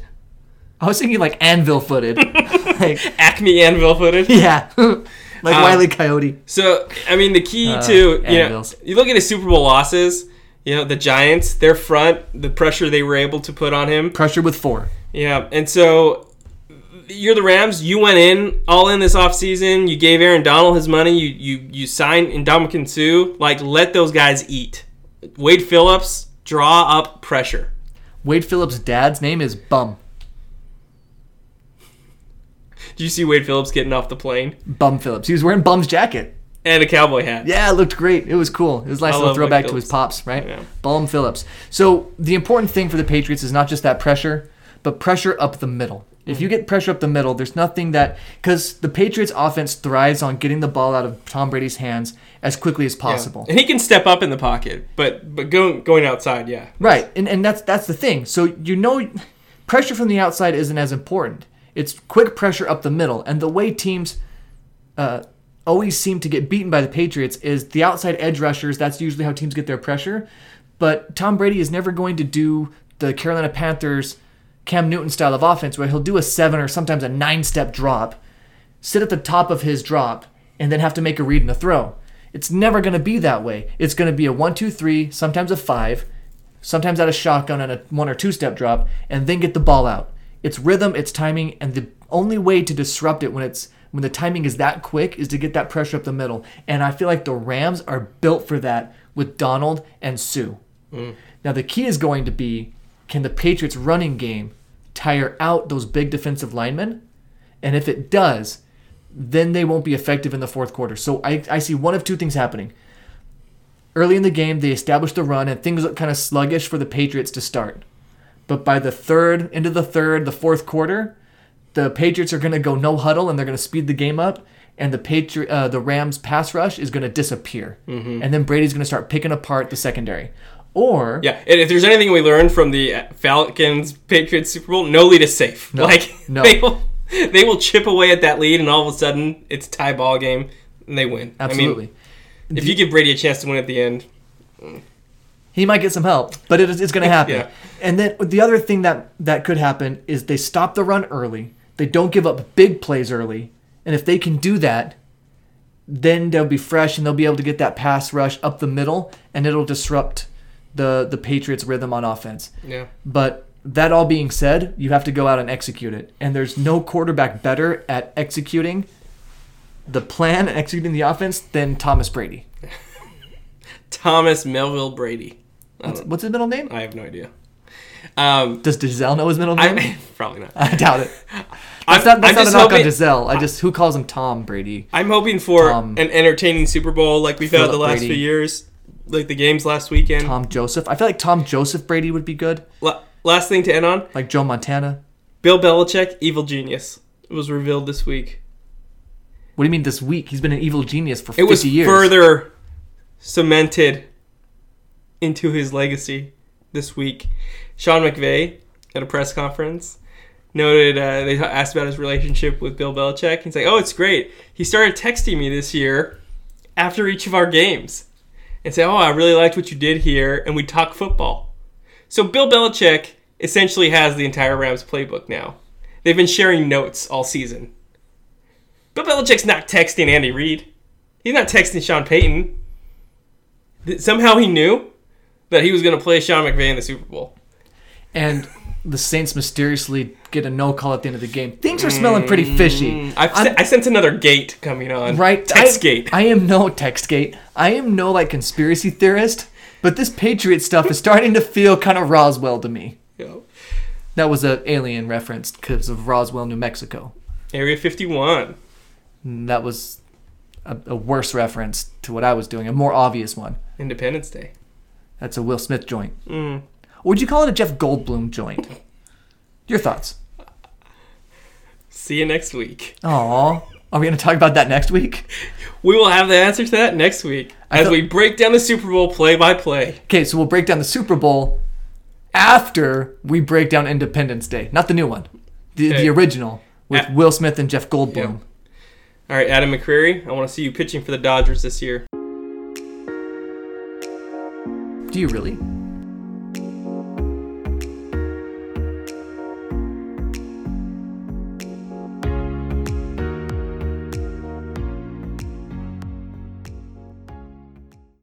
S2: I was thinking like anvil footed. like,
S1: Acme Anvil footed.
S2: yeah. like
S1: Um,
S2: Wiley Coyote.
S1: So I mean, the key to you know,
S2: Uh, anvils.
S1: you look at his Super Bowl losses. You know, the Giants, their front, the pressure they were able to put on him.
S2: Pressure with four.
S1: Yeah, and so you're the Rams. You went in all in this offseason. You gave Aaron Donald his money. You you you signed Indomitian Sue. Like let those guys eat. Wade Phillips draw up pressure.
S2: Wade Phillips' dad's name is Bum.
S1: Do you see Wade Phillips getting off the plane
S2: Bum Phillips. He was wearing Bum's jacket.
S1: and a cowboy hat?
S2: Yeah, it looked great. It was cool. It was a nice
S1: I
S2: little
S1: love Mike
S2: throwback to his
S1: Phillips.
S2: pops, right?
S1: Yeah.
S2: Bum Phillips. So the important thing for the Patriots is not just that pressure, but pressure up the middle. If
S1: Mm.
S2: you get pressure up the middle, there's nothing that because the Patriots offense thrives on getting the ball out of Tom Brady's hands as quickly as possible.
S1: And he can step up in the pocket, but but going going outside, yeah.
S2: Right, and and that's that's the thing. So you know, pressure from the outside isn't as important. It's quick pressure up the middle, and the way teams uh, always seem to get beaten by the Patriots is the outside edge rushers. That's usually how teams get their pressure. But Tom Brady is never going to do the Carolina Panthers Cam Newton style of offense, where he'll do a seven or sometimes a nine step drop, sit at the top of his drop, and then have to make a read and a throw. It's never going to be that way. It's going to be a one, two, three, sometimes a five, sometimes out of shotgun and a one or two step drop, and then get the ball out. It's rhythm, it's timing, and the only way to disrupt it when it's when the timing is that quick is to get that pressure up the middle. And I feel like the Rams are built for that with Donald and Sue. Now the key is going to be can the Patriots running game tire out those big defensive linemen? And if it does, then they won't be effective in the fourth quarter. So I, I see one of two things happening early in the game they established the run and things looked kind of sluggish for the patriots to start but by the third into the third the fourth quarter the Patriots are gonna go no huddle and they're gonna speed the game up, and the Patri- uh, the Rams pass rush is gonna disappear, and then Brady's gonna start picking apart the secondary. Or
S1: Yeah, and if there's anything we learned from the uh, Falcons Patriots Super Bowl, no lead is safe. like
S2: no.
S1: they will they will chip away at that lead, and all of a sudden it's a tie ball game, and they win.
S2: absolutely,
S1: I mean, if you give Brady a chance to win at the end,
S2: he might get some help, but it is, it's going to happen.
S1: Yeah.
S2: And then the other thing that that could happen is they stop the run early. They don't give up big plays early, and if they can do that, then they'll be fresh and they'll be able to get that pass rush up the middle, and it'll disrupt the the Patriots' rhythm on offense.
S1: yeah,
S2: But that all being said, you have to go out and execute it. And there's no quarterback better at executing the plan and executing the offense than Thomas Brady.
S1: Thomas Melville Brady.
S2: What's, what's his middle name?
S1: I have no idea. Um,
S2: Does Giselle know his middle name?
S1: I probably not.
S2: I doubt it.
S1: I'm,
S2: That's
S1: I'm
S2: not, that's not a
S1: just
S2: knock on
S1: hoping-
S2: Giselle. I just who calls him Tom Brady?
S1: I'm hoping for
S2: Tom-
S1: an entertaining Super Bowl like we've had the
S2: Philip
S1: last
S2: Brady.
S1: few years, like the games last weekend.
S2: Tom Joseph. I feel like Tom Joseph Brady would be good,
S1: La- last thing to end on:
S2: like Joe Montana.
S1: Bill Belichick, evil genius, was revealed this week.
S2: What do you mean this week? He's been an evil genius for
S1: It
S2: 50
S1: was
S2: years.
S1: further cemented into his legacy this week. Sean McVay at a press conference noted uh, they asked about his relationship with Bill Belichick. He's like, "Oh, it's great. He started texting me this year after each of our games and say, "Oh, I really liked what you did here," and we talk football. So Bill Belichick essentially has the entire Rams playbook now. They've been sharing notes all season. Bill Belichick's not texting Andy Reid. He's not texting Sean Payton. Th- Somehow he knew that he was going to play Sean McVay in the Super Bowl.
S2: And the Saints mysteriously get a no call at the end of the game. Things are smelling
S1: Mm.
S2: pretty fishy.
S1: I've se- I sense another gate coming on.
S2: right?
S1: Text
S2: I,
S1: gate.
S2: I am no text gate. I am no like conspiracy theorist, but this Patriot stuff is starting to feel kind of Roswell to me.
S1: You know,
S2: That was an alien reference because of Roswell, New Mexico.
S1: Area 51.
S2: And that was a, a worse reference to what I was doing, a more obvious one.
S1: Independence Day.
S2: That's a Will Smith joint.
S1: Mm.
S2: Or would you call it a Jeff Goldblum joint? Your thoughts?
S1: See you next week.
S2: Aw. Are we going to talk about that next week?
S1: We will have the answer to that next week
S2: I
S1: as
S2: thought-
S1: we break down the Super Bowl play by play.
S2: Okay, so we'll break down the Super Bowl after we break down Independence Day. Not the new one, the,
S1: Okay.
S2: the original with
S1: Yeah.
S2: Will Smith and Jeff Goldblum.
S1: All right, Adam McCreary, I want to see you pitching for the Dodgers this year.
S2: Do you really?